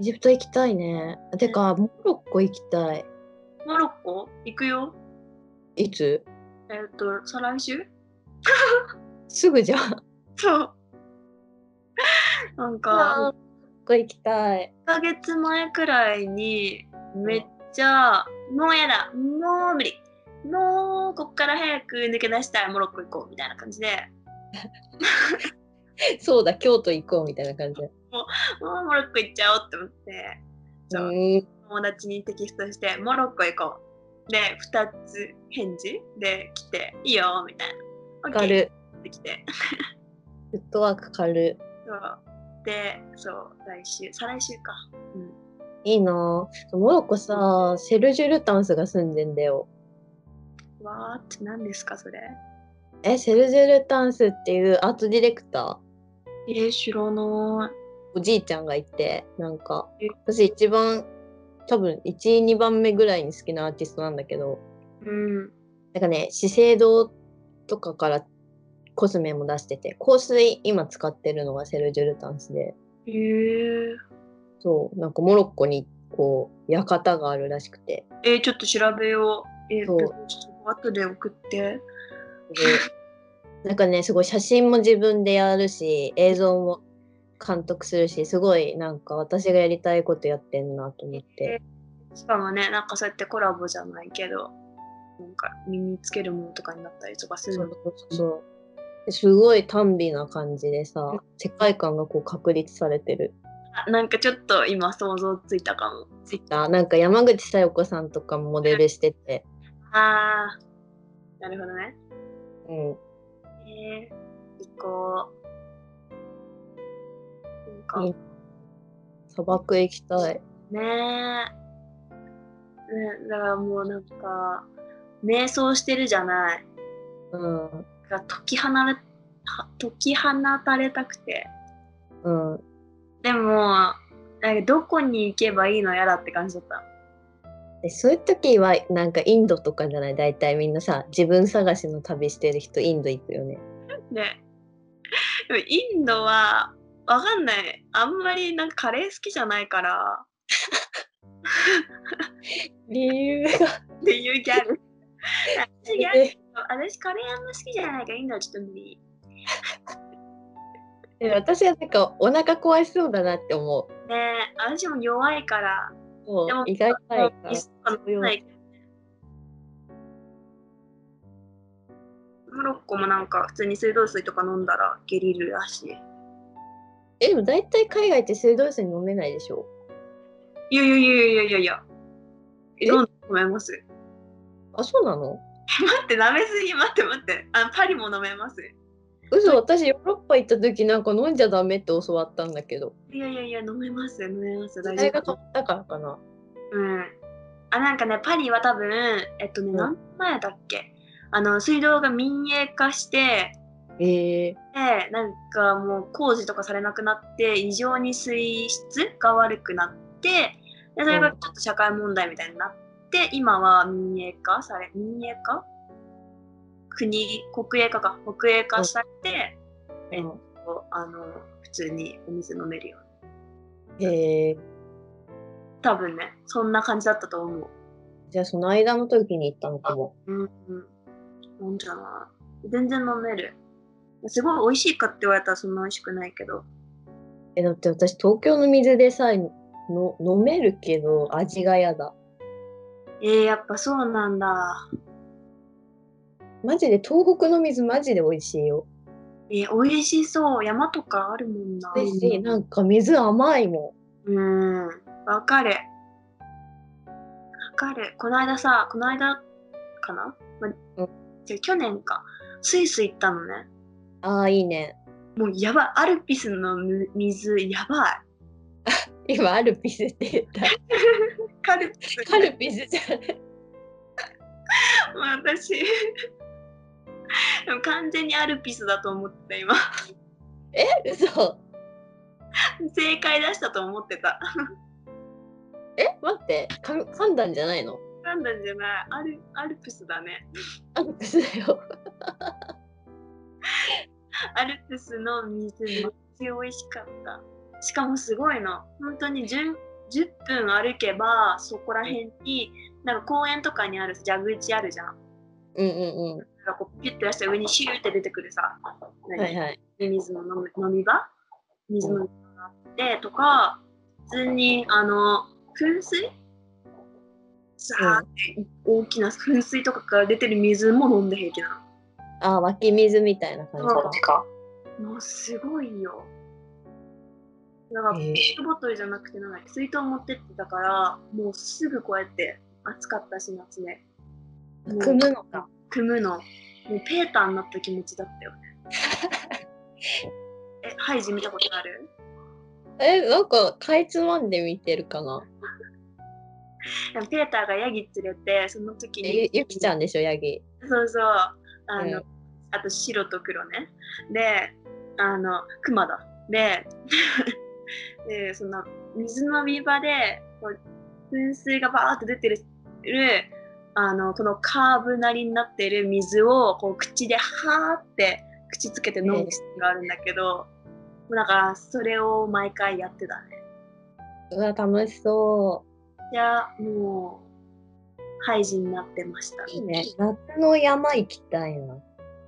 [SPEAKER 3] エジプト行きたいね。てか、モロッコ行きたい。
[SPEAKER 2] モロッコ行くよ。
[SPEAKER 3] いつ
[SPEAKER 2] えーっ、と、再来週
[SPEAKER 3] すぐじゃん。モ
[SPEAKER 2] そう。なんか、
[SPEAKER 3] ロッコ行きたい。
[SPEAKER 2] 1ヶ月前くらいに、めっちゃ、もうやだ、もう無理、もうこっから早く抜け出したい、モロッコ行こうみたいな感じで、
[SPEAKER 3] そうだ、京都行こうみたいな感じ。
[SPEAKER 2] もうモロッコ行っちゃおうって思って、そう
[SPEAKER 3] うん
[SPEAKER 2] 友達にテキストして「モロッコ行こう」で2つ返事で来て「いいよ」みたいな。
[SPEAKER 3] 軽
[SPEAKER 2] っ
[SPEAKER 3] い。
[SPEAKER 2] て来て
[SPEAKER 3] フットワーク軽い。
[SPEAKER 2] そうでそう来週再来週か。
[SPEAKER 3] いいなぁモロッコさ、セルジュ・ルタンスが住んでんだよ。
[SPEAKER 2] わーって何ですかそれ
[SPEAKER 3] え、セルジュ・ルタンスっていうアートディレクター、
[SPEAKER 2] えー、知らな
[SPEAKER 3] おじいちゃんがいて、なんか
[SPEAKER 2] え、
[SPEAKER 3] 私一番、多分1、2番目ぐらいに好きなアーティストなんだけど、
[SPEAKER 2] い。うん。
[SPEAKER 3] なんかね、資生堂とかからコスメも出してて、香水今使ってるのがセルジュルタンスで、
[SPEAKER 2] へえー。
[SPEAKER 3] そう、なんかモロッコにこう、館があるらしくて、
[SPEAKER 2] えー、ちょっと調べよう。えー、
[SPEAKER 3] そう
[SPEAKER 2] ちょっと後で送って。
[SPEAKER 3] でなんかね、すごい写真も自分でやるし、映像も監督するし、すごいなんか私がやりたいことやってんなと思って、
[SPEAKER 2] しかもね、なんかそうやってコラボじゃないけど、なんか身につけるものとかになったりとかする
[SPEAKER 3] そ
[SPEAKER 2] の
[SPEAKER 3] うそうそう。ですごい短美な感じでさ、世界観がこう確立されてる。
[SPEAKER 2] あなんかちょっと今想像ついたかも。
[SPEAKER 3] ツイッターなんか山口小夜子さんとかもモデルしてて、
[SPEAKER 2] あー、なるほどね。
[SPEAKER 3] うん、
[SPEAKER 2] えー、行こう。なんか
[SPEAKER 3] いい砂漠行きたい。
[SPEAKER 2] ねえ、ね、だからもうなんか、瞑想してるじゃない。
[SPEAKER 3] うん。
[SPEAKER 2] が解き放れは解き放たれたくて。
[SPEAKER 3] うん。
[SPEAKER 2] でも、なんかどこに行けばいいのやらって感じだった。
[SPEAKER 3] でそういう時はなんかインドとかじゃない大体みんなさ自分探しの旅してる人インド行くよね
[SPEAKER 2] ね。でもインドはわかんない。あんまりなんかカレー好きじゃないから
[SPEAKER 3] 理 由が
[SPEAKER 2] っていうギャグ。私ギャグ
[SPEAKER 3] え
[SPEAKER 2] 私カレーあんま好きじゃないからインドはちょっと無理。
[SPEAKER 3] え私はなんかお腹壊しそうだなって思う
[SPEAKER 2] ね私も弱いから。
[SPEAKER 3] そう
[SPEAKER 2] でも
[SPEAKER 3] 意外と
[SPEAKER 2] も
[SPEAKER 3] ないか
[SPEAKER 2] う
[SPEAKER 3] ら
[SPEAKER 2] いっそか飲まないモロッコもなんか普通に水道水とか飲んだら下痢るらしい。
[SPEAKER 3] えでも大体海外って水道水飲めないでしょ
[SPEAKER 2] いやいやいやいやいやいや。
[SPEAKER 3] え
[SPEAKER 2] 飲んで飲めます。
[SPEAKER 3] あそうなの
[SPEAKER 2] 待って、舐めすぎ、待って待って。あパリも飲めます。
[SPEAKER 3] 嘘私ヨーロッパ行った時なんか飲んじゃダメって教わったんだけど
[SPEAKER 2] いやいやいや、飲めます、飲めます。大
[SPEAKER 3] 大
[SPEAKER 2] 丈
[SPEAKER 3] 学
[SPEAKER 2] 夫。
[SPEAKER 3] だからかな
[SPEAKER 2] うん。あ、なんかね、パリは多分、えっとね、
[SPEAKER 3] ん
[SPEAKER 2] 何年前だっけあの、水道が民営化して、
[SPEAKER 3] ええ
[SPEAKER 2] で、なんかもう工事とかされなくなって、異常に水質が悪くなって、で、それがちょっと社会問題みたいになって、今は民営化され、民営化国、国営化か、国営化されて、えっと、あの、普通にお水飲めるように。
[SPEAKER 3] ええ
[SPEAKER 2] 多分ね、そんな感じだったと思う。
[SPEAKER 3] じゃあその間の時に行ったのかも
[SPEAKER 2] うんうん。なんじゃない全然飲める。すごい美味しいかって言われたらそんな美味しくないけど。
[SPEAKER 3] えだって私東京の水でさえの飲めるけど味が嫌だ
[SPEAKER 2] えー、やっぱそうなんだ。
[SPEAKER 3] マジで東北の水マジで美味しいよ
[SPEAKER 2] えー、美味しそう。山とかあるもんな。
[SPEAKER 3] 美味しいなんか水甘いも
[SPEAKER 2] うん。わかる。わかる。この間さ、この間かな、ま
[SPEAKER 3] うん
[SPEAKER 2] じゃあ去年か。スイス行ったのね。
[SPEAKER 3] んああいいね
[SPEAKER 2] もうやばい。アルピスの水、やば い。
[SPEAKER 3] 今アルピスって言った
[SPEAKER 2] カルピス。
[SPEAKER 3] カルピスじゃない
[SPEAKER 2] もう私 でも完全にアルピスだと思ってた今
[SPEAKER 3] 嘘
[SPEAKER 2] 正解出したと思ってた
[SPEAKER 3] え待ってか噛んだんじゃないの
[SPEAKER 2] なんだんじゃないアルアルプスだね
[SPEAKER 3] アルピスだよ
[SPEAKER 2] アルプスの水めっちゃ美味しかったしかもすごいの本当に 10, 10分歩けばそこら辺になんか公園とかにある蛇口あるじゃん
[SPEAKER 3] うんうんう
[SPEAKER 2] なんかこうピュッて出したら上にシューって出てくるさ、
[SPEAKER 3] んはいはい
[SPEAKER 2] 水の飲み飲み場水の飲み場があってとか普通にあの噴水さあ、大きな噴水とかから出てる水も飲んで平気な
[SPEAKER 3] あー湧き水みたいな感じ
[SPEAKER 2] そうのもうすごいよだから
[SPEAKER 3] へ
[SPEAKER 2] ペ
[SPEAKER 3] え
[SPEAKER 2] ットボトルじゃなくてなんだっけ水筒持ってってたからもうすぐこうやって暑かったし夏ねもう
[SPEAKER 3] 組むのか
[SPEAKER 2] 組むのもうペーターになった気持ちだった よねえハイジ見たことある
[SPEAKER 3] えなんかかいつまんで見てるかな
[SPEAKER 2] でもペーターがヤギ連れてその時
[SPEAKER 3] えゆ
[SPEAKER 2] に
[SPEAKER 3] ゆきちゃんでしょヤギ
[SPEAKER 2] そうそうあの、
[SPEAKER 3] うん
[SPEAKER 2] あと白と黒ねであのクマだで でその水の見場でこう噴水がバーって出てるあのこのカーブなりになってる水をこう口ではーって口つけて飲むシーンがあるんだけど、もうなんかそれを毎回やってたね
[SPEAKER 3] うわ楽しそ
[SPEAKER 2] いやもうハイジになってました
[SPEAKER 3] ういいね夏の山行きたいな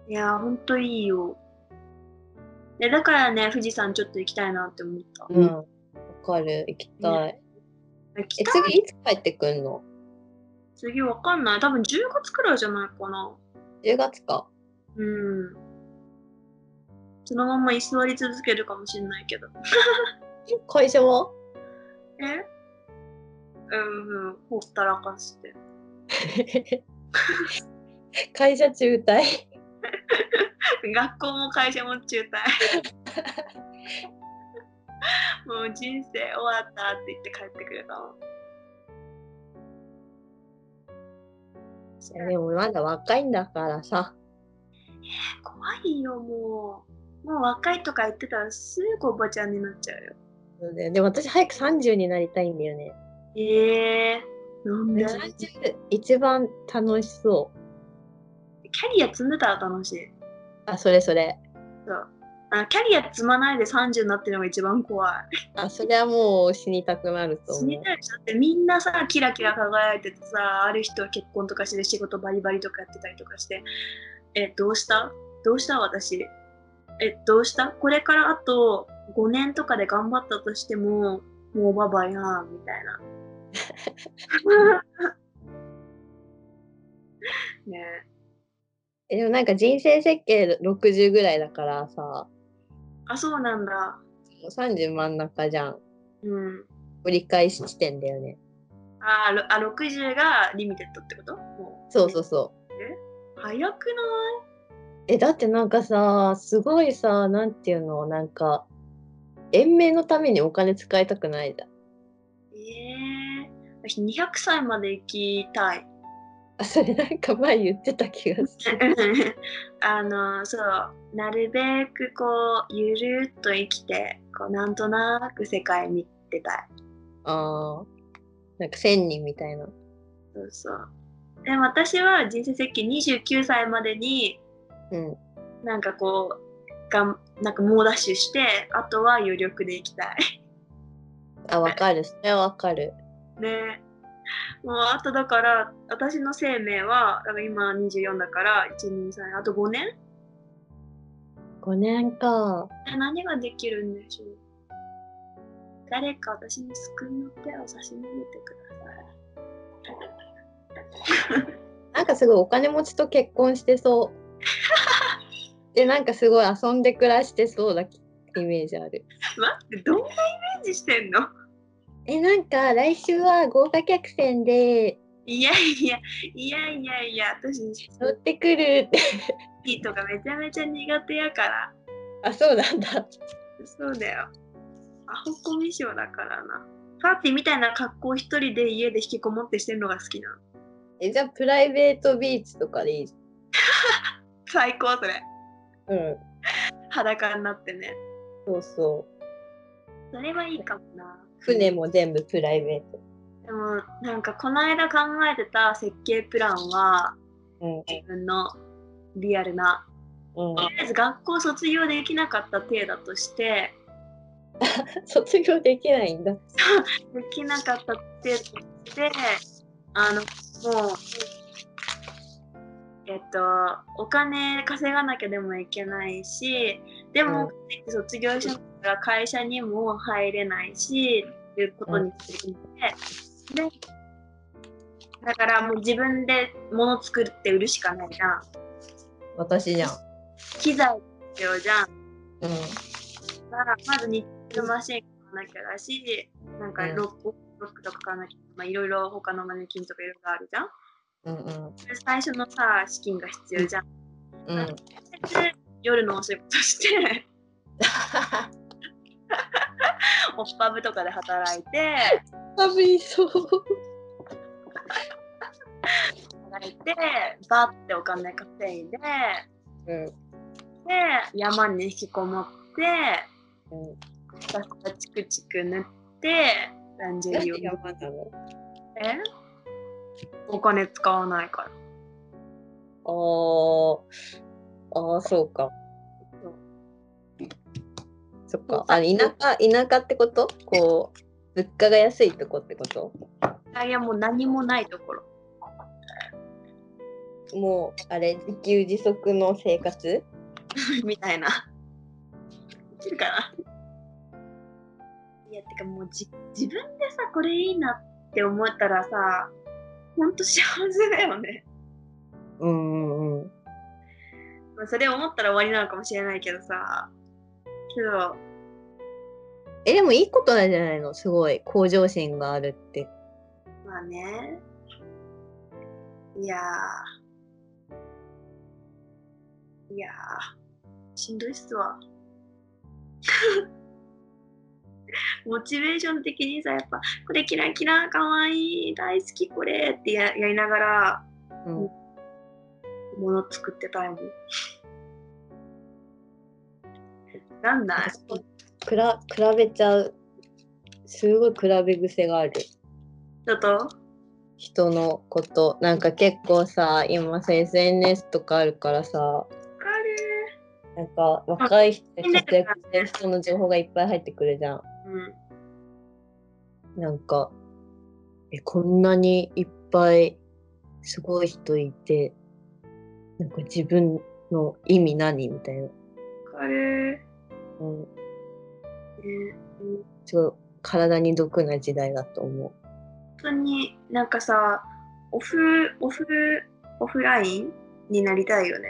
[SPEAKER 3] い
[SPEAKER 2] やー、ほんといいよ。でだからね、富士山ちょっと行きたいなって思った。
[SPEAKER 3] うん、わかる、行きたい。
[SPEAKER 2] 行き
[SPEAKER 3] え、
[SPEAKER 2] たい
[SPEAKER 3] 次いつ帰ってくんの
[SPEAKER 2] 次わかんない。多分10月くらいじゃないかな。
[SPEAKER 3] ?10 月か。
[SPEAKER 2] うん。そのまま居座り続けるかもしれないけど。
[SPEAKER 3] 会社は
[SPEAKER 2] えうんうん、ほったらかして。
[SPEAKER 3] 会社中退。
[SPEAKER 2] 学校も会社も中 退。もう人生終わったって言って帰ってくれたもん。
[SPEAKER 3] いやでもまだ若いんだからさ。
[SPEAKER 2] 怖いよもうもう若いとか言ってたらすぐおばちゃんになっちゃうよ
[SPEAKER 3] そうだよでも私早く30になりたいんだよね。
[SPEAKER 2] ええなんで
[SPEAKER 3] 30一番楽しそう。
[SPEAKER 2] キャリア積んでたら楽しい。
[SPEAKER 3] あ、それそれ。
[SPEAKER 2] あキャリア積まないで30になってるのが一番怖い。
[SPEAKER 3] あ、それはもう死にたくなると
[SPEAKER 2] 死
[SPEAKER 3] 思
[SPEAKER 2] に
[SPEAKER 3] う。
[SPEAKER 2] たいでしょだってみんなさキラキラ輝いててさある人は結婚とかして仕事バリバリとかやってたりとかしてえどうしたどうした私えどうしたこれからあと5年とかで頑張ったとしてももうババやんみたい なねえ
[SPEAKER 3] えでもなんか人生設計60ぐらいだからさ、
[SPEAKER 2] あそうなんだ
[SPEAKER 3] 30真ん中じゃん。
[SPEAKER 2] うん
[SPEAKER 3] 折り返し地点だよね。
[SPEAKER 2] あろあ60がリミテッドってことも
[SPEAKER 3] そうそうそう。
[SPEAKER 2] 早くないう
[SPEAKER 3] え、だってなんかさ、すごいさ、なんていうの、なんか、延命のためにお金使いたくないじゃん。
[SPEAKER 2] ええ私200歳まで生きたい。
[SPEAKER 3] あ、それなんか前言ってた気がする。
[SPEAKER 2] あのそうなるべくこうゆるっと生きてこうなんとなく世界見てたい。
[SPEAKER 3] ああ。なんか千人みたいな。
[SPEAKER 2] そうそうで私は人生設計29歳までに
[SPEAKER 3] うん。
[SPEAKER 2] なんかこうがんなんか猛ダッシュしてあとは余力で生きたい。
[SPEAKER 3] あ、わかる。それはわかる。
[SPEAKER 2] ねもうあとだから私の生命はだから今24だから123あと5年
[SPEAKER 3] 5年か。
[SPEAKER 2] え何ができるんでしょう誰か私に救いの手を差し伸べてください。
[SPEAKER 3] なんかすごいお金持ちと結婚してそう。で、なんかすごい遊んで暮らしてそうなイメージある。
[SPEAKER 2] 待って、どんなイメージしてんの
[SPEAKER 3] え、なんか来週は豪華客船で
[SPEAKER 2] いやいや、いやいやいや、私、
[SPEAKER 3] 乗ってくるって。
[SPEAKER 2] ピーとかめちゃめちゃ苦手やから。
[SPEAKER 3] あ、そうなんだ。
[SPEAKER 2] そうだよ。アホコミショだからな。パーティーみたいな格好を一人で家で引きこもってしてるのが好きなの。
[SPEAKER 3] え、じゃあプライベートビーチとかでいいじ
[SPEAKER 2] 最高それ。
[SPEAKER 3] ゃん。うん。
[SPEAKER 2] 裸になってね。
[SPEAKER 3] そうそう。
[SPEAKER 2] それはいいかもな。
[SPEAKER 3] 船も全部プライベート。
[SPEAKER 2] でもなんかこの間考えてた設計プランは
[SPEAKER 3] うん。
[SPEAKER 2] 自分のリアルな
[SPEAKER 3] うん
[SPEAKER 2] とりあえず学校卒業できなかった体だとして
[SPEAKER 3] 卒業できないんだ。
[SPEAKER 2] できなかった体としてあのもうえっとお金稼がなきゃでもいけないしでも、卒業しなったら会社にも入れないしっていうことにするので,、でだからもう自分で物作って売るしかないじゃん
[SPEAKER 3] 私じゃん。
[SPEAKER 2] 機材必要じゃん
[SPEAKER 3] うん。
[SPEAKER 2] だからまずニッチルマシン買わなきゃだし、なんか
[SPEAKER 3] うん
[SPEAKER 2] ロック,、ロックとか買わなきゃ、まあ、いろいろ他のマネキンとかいろいろあるじゃん。
[SPEAKER 3] うんうん。
[SPEAKER 2] で最初のさ、資金が必要じゃん。
[SPEAKER 3] うん。
[SPEAKER 2] で夜のお仕事して、 オッパブとかで働いて、
[SPEAKER 3] 食べそう。
[SPEAKER 2] 働いて、バーってお金稼いで、で、
[SPEAKER 3] うん。
[SPEAKER 2] 山に引きこもって、
[SPEAKER 3] うん
[SPEAKER 2] ひたすらチクチク塗って、ランジェリーを
[SPEAKER 3] 山なの
[SPEAKER 2] えお金使わないから。
[SPEAKER 3] あーあー、そうか。
[SPEAKER 2] そう
[SPEAKER 3] そっか。あ田舎、田舎ってことこう、物価が安いとこってこと
[SPEAKER 2] いやもう何もないところ。
[SPEAKER 3] もう、あれ、自給自足の生活
[SPEAKER 2] みたいな。できるかないや、てかもうじ自分でさ、これいいなって思ったらさ、ほんと幸せだよね。
[SPEAKER 3] うんうんうん。
[SPEAKER 2] まあ、それ思ったら終わりなのかもしれないけどさ。けど、
[SPEAKER 3] え、でもいいことなんじゃないのすごい。向上心があるって。
[SPEAKER 2] まあね。いやー。いやー。しんどいっすわ。 モチベーション的にさ、やっぱ、これキラキラ、かわいい、大好き、これってややりながら、
[SPEAKER 3] うん。
[SPEAKER 2] もの作ってたいもん。なんだ
[SPEAKER 3] くら比べちゃう。すごい比べ癖がある。
[SPEAKER 2] ちょっと
[SPEAKER 3] 人のこと。なんか結構さ、今さ、SNS とかあるからさ、
[SPEAKER 2] ある
[SPEAKER 3] なんか若い人で
[SPEAKER 2] うん
[SPEAKER 3] 活躍してる人の情報がいっぱい入ってくるじゃん。
[SPEAKER 2] うん
[SPEAKER 3] なんか、え、こんなにいっぱいすごい人いて、なんか自分の意味何みたいな。
[SPEAKER 2] わかる
[SPEAKER 3] うん、
[SPEAKER 2] ね
[SPEAKER 3] すごい体に毒な時代だと思
[SPEAKER 2] 本当になんかさオフオフオフラインになりたいよね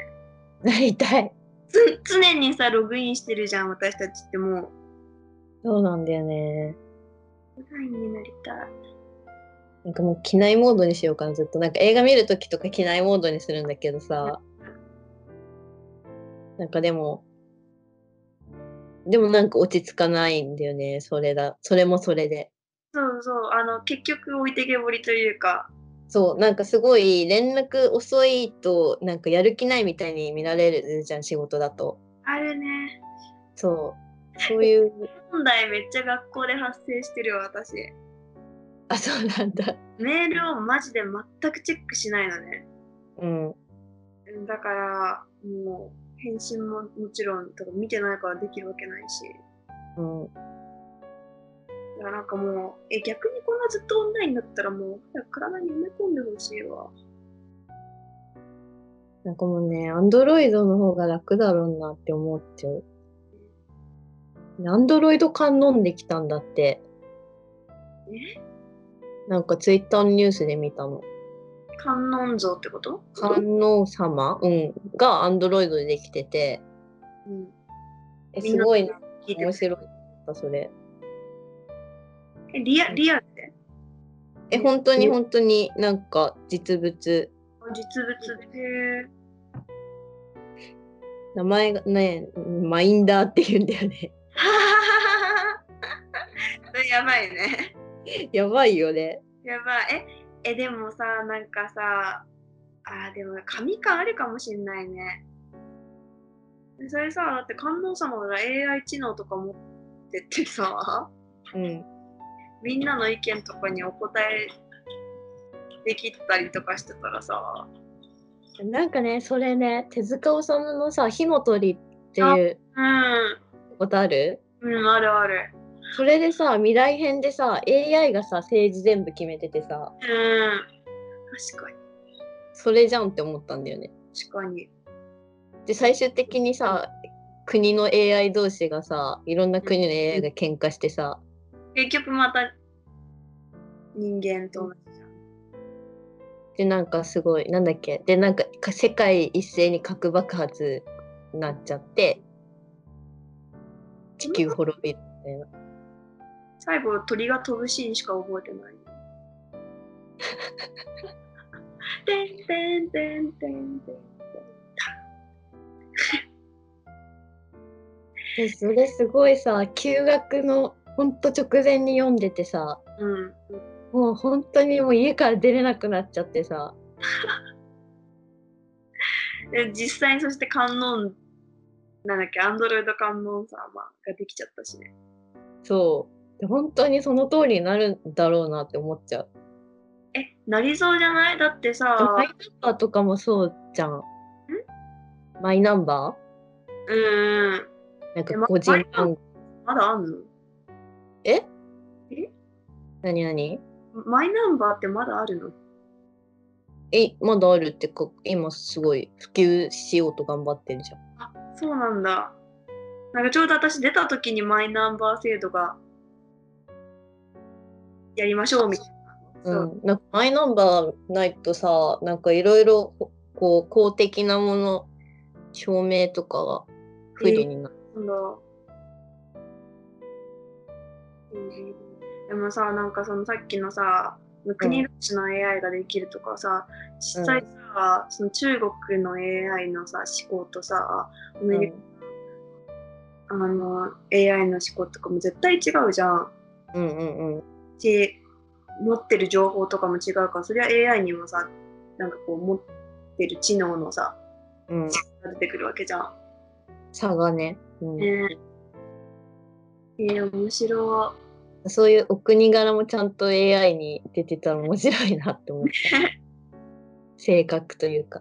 [SPEAKER 3] う。 なりたい。
[SPEAKER 2] つ常にさログインしてるじゃん私たちっても
[SPEAKER 3] そうなんだよね。
[SPEAKER 2] うオフラインになりたい
[SPEAKER 3] なんかもう機内モードにしようかな、ずっと。なんか映画見るときとか機内モードにするんだけどさ。なんかでも、でもなんか落ち着かないんだよね、それだ。それもそれで。
[SPEAKER 2] そうそうあの結局置いてけぼりというか
[SPEAKER 3] そうなんかすごい連絡遅いとなんかやる気ないみたいに見られるじゃん仕事だと
[SPEAKER 2] あるね
[SPEAKER 3] そうそういう
[SPEAKER 2] 問題めっちゃ学校で発生してるわ私
[SPEAKER 3] あそうなんだ
[SPEAKER 2] メールをマジで全くチェックしないのね
[SPEAKER 3] うん
[SPEAKER 2] うんだからもう返信ももちろんとか見てないからできるわけないし
[SPEAKER 3] うん
[SPEAKER 2] いやなんかもうえ逆にこんなずっとオンラインだったらもう早く体に埋め込んでほしいわ
[SPEAKER 3] なんかもうねアンドロイドの方が楽だろうなって思っちゃうアンドロイド缶飲んできたんだってなんかツイッターのニュースで見たの
[SPEAKER 2] 観音像ってこと
[SPEAKER 3] 観音様、うん、がアンドロイドでできてて
[SPEAKER 2] うん
[SPEAKER 3] えすごいな
[SPEAKER 2] 聞いて
[SPEAKER 3] 面
[SPEAKER 2] ます
[SPEAKER 3] 白かったそれ
[SPEAKER 2] えリアリアルで
[SPEAKER 3] え
[SPEAKER 2] うん
[SPEAKER 3] 本当に
[SPEAKER 2] うん
[SPEAKER 3] 本当になんか実物
[SPEAKER 2] 実物で へ
[SPEAKER 3] 名前がねマインダーって言うんだよね
[SPEAKER 2] えやばいね
[SPEAKER 3] やばいよね
[SPEAKER 2] やばいええでもさなんかさあーでも神感あるかもしんないねそれさだって観音様が AI 知能とか持ってってさ
[SPEAKER 3] うん
[SPEAKER 2] みんなの意見とかにお答えできたりとかしてたらさ
[SPEAKER 3] なんかねそれね手塚治虫のさ「火の鳥」っていう
[SPEAKER 2] うん
[SPEAKER 3] ことある
[SPEAKER 2] うんあるある
[SPEAKER 3] それでさ未来編でさ AI がさ政治全部決めててさ
[SPEAKER 2] うん確かに
[SPEAKER 3] それじゃんって思ったんだよね
[SPEAKER 2] 確かに
[SPEAKER 3] で最終的にさ国の AI 同士がさいろんな国の AI が喧嘩してさ
[SPEAKER 2] 結局また人間と同じじゃん。
[SPEAKER 3] でなんかすごいなんだっけでなんかか世界一斉に核爆発になっちゃって地球滅びるみたいな
[SPEAKER 2] 最後鳥が飛ぶシーンしか覚えて ない。てんてんてんてんてん。
[SPEAKER 3] でそれすごいさ休学のほんと直前に読んでてさ
[SPEAKER 2] うん。
[SPEAKER 3] もう本当にもう家から出れなくなっちゃってさ
[SPEAKER 2] で実際にそして観音なんだっけアンドロイド観音様ができちゃったしね。
[SPEAKER 3] そうで本当にその通りになるんだろうなって思っちゃう
[SPEAKER 2] えなりそうじゃないだってさ
[SPEAKER 3] マイナンバーとかもそうじゃんマイナンバ
[SPEAKER 2] うん
[SPEAKER 3] ーなんか
[SPEAKER 2] えま
[SPEAKER 3] 個人
[SPEAKER 2] マイナン
[SPEAKER 3] 番号
[SPEAKER 2] まだあんの
[SPEAKER 3] え
[SPEAKER 2] え
[SPEAKER 3] 何何
[SPEAKER 2] マイナンバーってまだあるの
[SPEAKER 3] え、まだあるってか、今すごい普及しようと頑張ってるじゃん。。
[SPEAKER 2] あそうなんだ。なんかちょうど私出た時にマイナンバー制度がやりましょうみたいな。そううん
[SPEAKER 3] なんかマイナンバーないとさ、なんかいろいろこう公的なもの、証明とかが不利になる。
[SPEAKER 2] なんだ。うんでもさなんかそのさっきのさ国同士の AI ができるとかさ、実際さ、その中国の AI のさ思考とさアメリカ、あの AI の思考とかも絶対違うじゃん。
[SPEAKER 3] うんうんうん。
[SPEAKER 2] し持ってる情報とかも違うからそりゃ AI にもさなんかこう持ってる知能のさ
[SPEAKER 3] うん。
[SPEAKER 2] 出てくるわけじゃん。
[SPEAKER 3] 差がね。うん。
[SPEAKER 2] ねええ面白
[SPEAKER 3] そういうお国柄もちゃんと AI に出てたら面白いなって思った。 性格というか。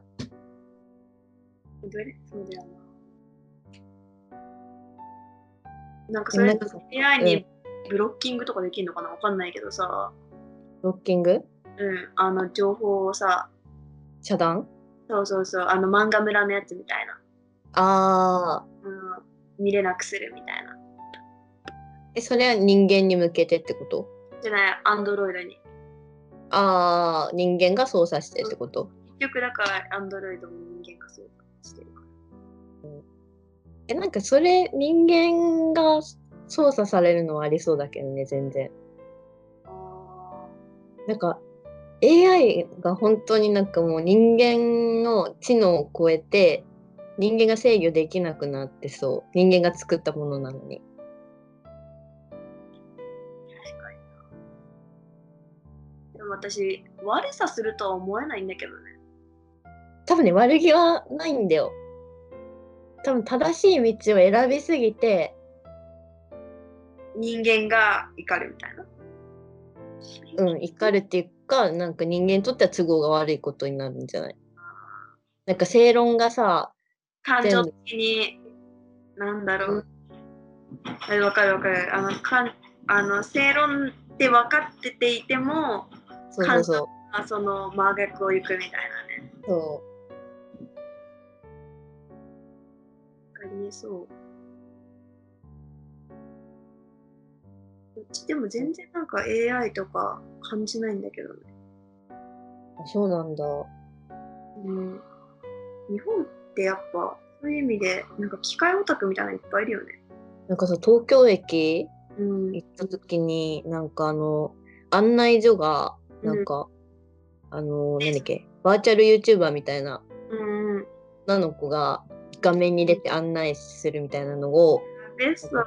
[SPEAKER 2] どれそうだよな。なんか
[SPEAKER 3] で
[SPEAKER 2] そ
[SPEAKER 3] も
[SPEAKER 2] れ
[SPEAKER 3] なんかさ
[SPEAKER 2] AI にブロッキングとかできるのかなわかんないけどさ、
[SPEAKER 3] ロッキング
[SPEAKER 2] うん、あの情報をさ、
[SPEAKER 3] 遮断
[SPEAKER 2] そうそうそう、あの漫画村のやつみたいな、
[SPEAKER 3] ああ。
[SPEAKER 2] うん、見れなくするみたいな。
[SPEAKER 3] え、それは人間に向けてってこと
[SPEAKER 2] じゃない、アンドロイドに。
[SPEAKER 3] ああ、人間が操作してってこと
[SPEAKER 2] 結局だからアンドロイドも人間化そうとしてるから。
[SPEAKER 3] え、なんかそれ人間が操作されるのはありそうだけどね、全然。
[SPEAKER 2] あ
[SPEAKER 3] なんか AI が本当になんかもう人間の知能を超えて人間が制御できなくなってそう人間が作ったものなのに
[SPEAKER 2] ー確かにな。でも私、悪さするとは思えないんだけどね。
[SPEAKER 3] 多分ね悪気はないんだよ多分正しい道を選びすぎて
[SPEAKER 2] 人間が怒るみたいな。
[SPEAKER 3] うん怒るっていうかなんか人間にとっては都合が悪いことになるんじゃないなんか正論がさ
[SPEAKER 2] 感情的に、なんだろう。あわかるわかる。あの、かんあの正論って分かってていても、
[SPEAKER 3] そうそうそう
[SPEAKER 2] あその真逆を行くみたいなね。
[SPEAKER 3] そ
[SPEAKER 2] ありえそう。うちでも全然なんか AI とか感じないんだけどね。
[SPEAKER 3] うそうなんだ
[SPEAKER 2] うん、日本ってやっぱそういう意味でなんか機械オタクみたいなのいっぱいいるよね。
[SPEAKER 3] なんかさ東京駅
[SPEAKER 2] うん。
[SPEAKER 3] 行った時になんかあの案内所が
[SPEAKER 2] うん
[SPEAKER 3] なんか、あのなんだっけバーチャル YouTuber みたいな
[SPEAKER 2] うんうん。
[SPEAKER 3] 女の子が画面に出て案内するみたいなのを、
[SPEAKER 2] ベスト
[SPEAKER 3] ん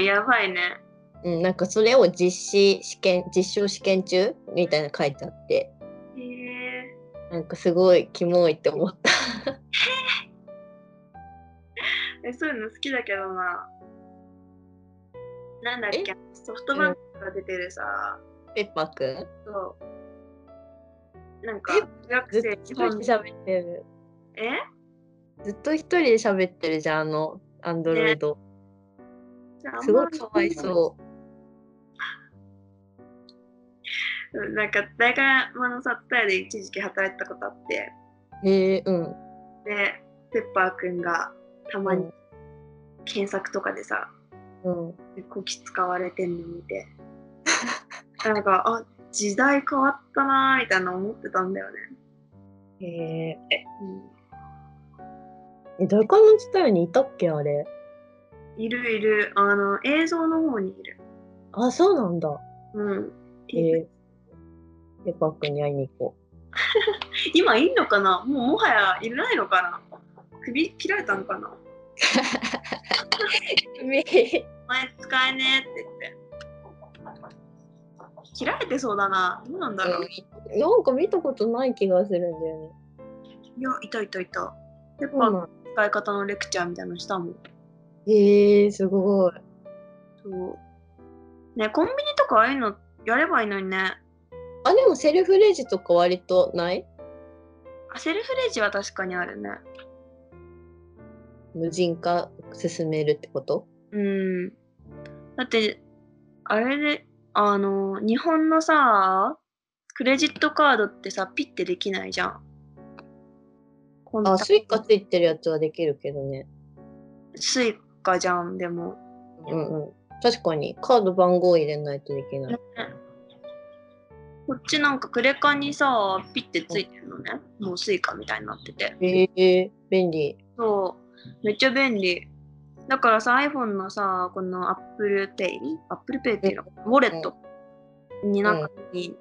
[SPEAKER 2] やばいね。
[SPEAKER 3] うん、なんかそれを実施試験実証試験中みたいなの書いてあって
[SPEAKER 2] へえ。
[SPEAKER 3] なんかすごいキモいって思った
[SPEAKER 2] えそういうの好きだけどな。なんだっけソフトバンクが出てるさ。
[SPEAKER 3] ペッパーくん
[SPEAKER 2] そう。なんか
[SPEAKER 3] え
[SPEAKER 2] 中学
[SPEAKER 3] ずっ
[SPEAKER 2] 生
[SPEAKER 3] と
[SPEAKER 2] 日
[SPEAKER 3] 一人
[SPEAKER 2] 本
[SPEAKER 3] で喋ってる
[SPEAKER 2] え
[SPEAKER 3] ずっと一人で喋ってるじゃんあのアンドロイド、すごいかわいそう
[SPEAKER 2] うんなんか大学のさ、タヤで一時期働いてたことあって、
[SPEAKER 3] へえうん
[SPEAKER 2] で、ペッパーくんがたまに
[SPEAKER 3] う
[SPEAKER 2] 検索とかでさ、
[SPEAKER 3] うん
[SPEAKER 2] こき使われてんの見て、なんか、あ時代変わったなーみたいな思ってたんだよね。
[SPEAKER 3] へええ、どこの地帯にいたっけあれ。
[SPEAKER 2] いるいる、あの、映像の方にいる。
[SPEAKER 3] あ、そうなんだ。
[SPEAKER 2] うん。
[SPEAKER 3] えー、ペッパーくんに会いに行こ
[SPEAKER 2] 今いんのかなもうもはやいないのかな首切られたのかな
[SPEAKER 3] う。めえ。
[SPEAKER 2] お前使えねえって言って。切られてそうだな。どうなんだろう。
[SPEAKER 3] なんか見たことない気がするんだよね。
[SPEAKER 2] いや、いたいたいた。ペッ
[SPEAKER 3] そ
[SPEAKER 2] パー
[SPEAKER 3] う
[SPEAKER 2] の
[SPEAKER 3] なん
[SPEAKER 2] 使い方のレクチャーみたいなのしたもん。
[SPEAKER 3] えー、すごい。
[SPEAKER 2] そう。ね、コンビニとかああいうのやればいいのにね。
[SPEAKER 3] あ、でもセルフレジとか割とない
[SPEAKER 2] あセルフレジは確かにあるね。
[SPEAKER 3] 無人化進めるってこと
[SPEAKER 2] うん。だって、あれで、あの、日本のさ、クレジットカードってさ、ピッてできないじゃん。コンタ
[SPEAKER 3] あ、スイカついてるやつはできるけどね。
[SPEAKER 2] スイカじゃん、でも。
[SPEAKER 3] うんうん。確かに、カード番号入れないとできない。
[SPEAKER 2] こっちなんかクレカにさ、ピッてついてるのね。もうスイカみたいになってて。
[SPEAKER 3] ええー、便利。
[SPEAKER 2] そう。めっちゃ便利。だからさ、iPhone のさ、この Apple Pay、Apple Pay っていうの、ウォレットになんかに、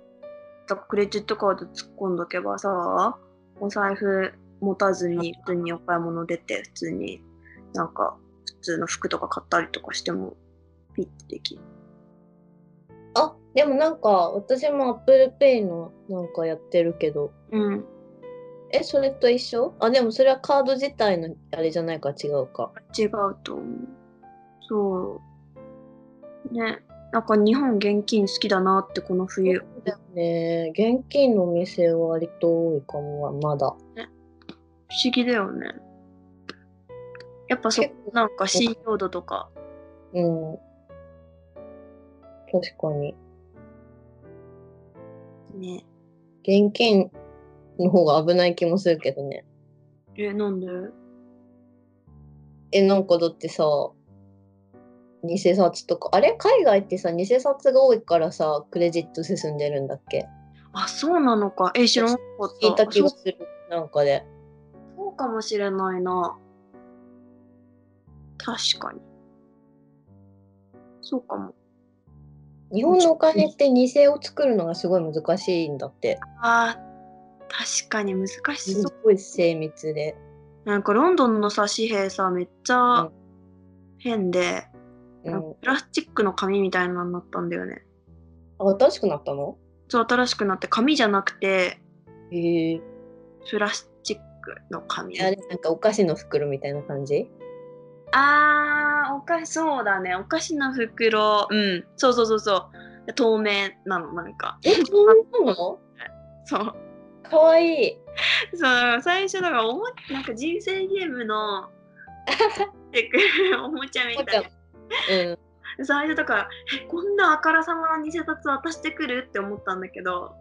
[SPEAKER 2] クレジットカード突っ込んどけばさ、お財布持たずに、普通にお買い物出て、普通になんか、普通の服とか買ったりとかしても、ピッてできる。
[SPEAKER 3] あ、でもなんか、私も Apple Pay のなんかやってるけど、
[SPEAKER 2] うん。
[SPEAKER 3] え、それと一緒あ、でもそれはカード自体のあれじゃないか違うか。
[SPEAKER 2] 違うと思う。そう。ねなんか日本現金好きだなってこの冬
[SPEAKER 3] ねえ現金のお店は割と多いかもま
[SPEAKER 2] 不
[SPEAKER 3] だ
[SPEAKER 2] 思議だよねやっぱそ
[SPEAKER 3] 結
[SPEAKER 2] なんか信用度とか
[SPEAKER 3] うん確かに
[SPEAKER 2] ね
[SPEAKER 3] 現金の方が危ない気もするけどね
[SPEAKER 2] えなんで
[SPEAKER 3] えなんかだってさ偽札とかあれ海外ってさ偽札が多いからさクレジット進んでるんだっけ
[SPEAKER 2] あそうなのかえ知らなかった
[SPEAKER 3] 聞いた気が
[SPEAKER 2] そう
[SPEAKER 3] するなんかで
[SPEAKER 2] そうかもしれないな確かにそうかも
[SPEAKER 3] 日本のお金って偽を作るのがすごい難しいんだって
[SPEAKER 2] あー確かに難し
[SPEAKER 3] す
[SPEAKER 2] そう、
[SPEAKER 3] ごい精密で
[SPEAKER 2] なんかロンドンのさ紙幣さめっち
[SPEAKER 3] う
[SPEAKER 2] ゃ
[SPEAKER 3] ん
[SPEAKER 2] 変で、
[SPEAKER 3] うん
[SPEAKER 2] プラスチックの紙みたいなのになったんだよね
[SPEAKER 3] 新しくなったの
[SPEAKER 2] そう新しくなって紙じゃなくて
[SPEAKER 3] へえ
[SPEAKER 2] プラスチックの紙
[SPEAKER 3] あれなんかお菓子の袋みたいな感じ
[SPEAKER 2] あーお菓子そうだねお菓子の袋うんそうそうそうそう透明なのなんか
[SPEAKER 3] えそうなの
[SPEAKER 2] そう
[SPEAKER 3] かわいい
[SPEAKER 2] そう最初だからおもなんか人生ゲーム のてくおもちゃみたいな
[SPEAKER 3] うん
[SPEAKER 2] 最初だからえこんなあからさまな偽札渡してくるって思ったんだけど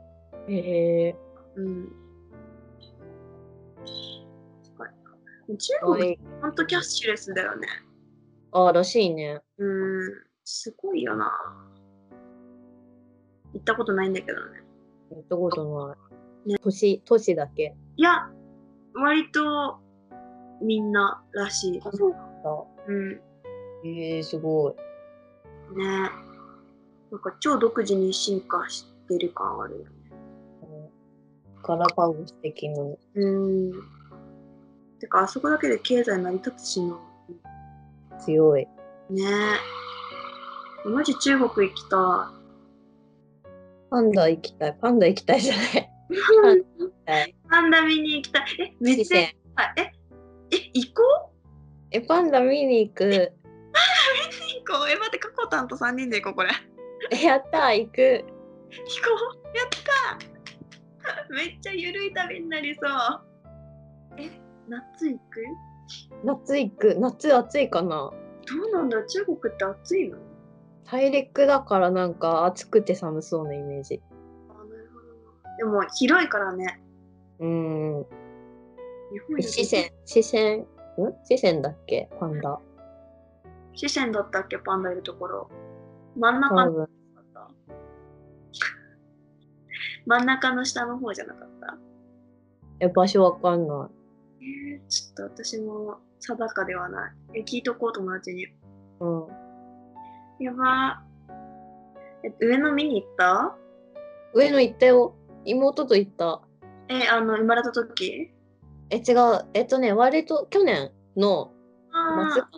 [SPEAKER 3] へえ
[SPEAKER 2] うんすごい
[SPEAKER 3] か
[SPEAKER 2] 中
[SPEAKER 3] わ
[SPEAKER 2] 国
[SPEAKER 3] いい
[SPEAKER 2] ほんとキャッシュレスだよね
[SPEAKER 3] あーらしいね
[SPEAKER 2] うんすごいよな行ったことないんだけどね
[SPEAKER 3] やったことない都市都市だけ
[SPEAKER 2] いや割とみんならしい
[SPEAKER 3] そうなんだ
[SPEAKER 2] うん
[SPEAKER 3] へえすごい
[SPEAKER 2] ねなんか超独自に進化してる感あるよね
[SPEAKER 3] うんガラパゴス的な
[SPEAKER 2] うんてかあそこだけで経済成り立つしな
[SPEAKER 3] 強い
[SPEAKER 2] ねマジ中国行きた
[SPEAKER 3] パンダ行きたいパンダ行きたいじゃない
[SPEAKER 2] い
[SPEAKER 3] はい
[SPEAKER 2] パンダ見に行きたいえめっちゃ行きたいええ行こう
[SPEAKER 3] えパンダ見に行 く
[SPEAKER 2] 行こうえ待ってカコタンと3人で行こうこれ行
[SPEAKER 3] えやったー行く
[SPEAKER 2] こうやった めっちゃゆるい旅になりそうえ夏行く
[SPEAKER 3] 夏行く夏暑いかな
[SPEAKER 2] どうなんだ中国って暑いの
[SPEAKER 3] 大陸だからなんか暑くて寒そうなイメージ
[SPEAKER 2] あなるほどでも広いからね
[SPEAKER 3] うん
[SPEAKER 2] 日本より
[SPEAKER 3] 四川四川ん四川だっけパンダ
[SPEAKER 2] 四川だったっけパンダいるところ真ん
[SPEAKER 3] 多
[SPEAKER 2] 中の
[SPEAKER 3] 分
[SPEAKER 2] だった 真ん中の下の方じゃなかった
[SPEAKER 3] え場所わかんない
[SPEAKER 2] えー、ちょっと私も定かではないえ聞いとこう友達に
[SPEAKER 3] うん
[SPEAKER 2] やばーえ上野見に行った
[SPEAKER 3] 上野行ったよ妹と行った
[SPEAKER 2] えあの生まれた時
[SPEAKER 3] え違うえっとね割と去年の
[SPEAKER 2] あ
[SPEAKER 3] 末
[SPEAKER 2] あ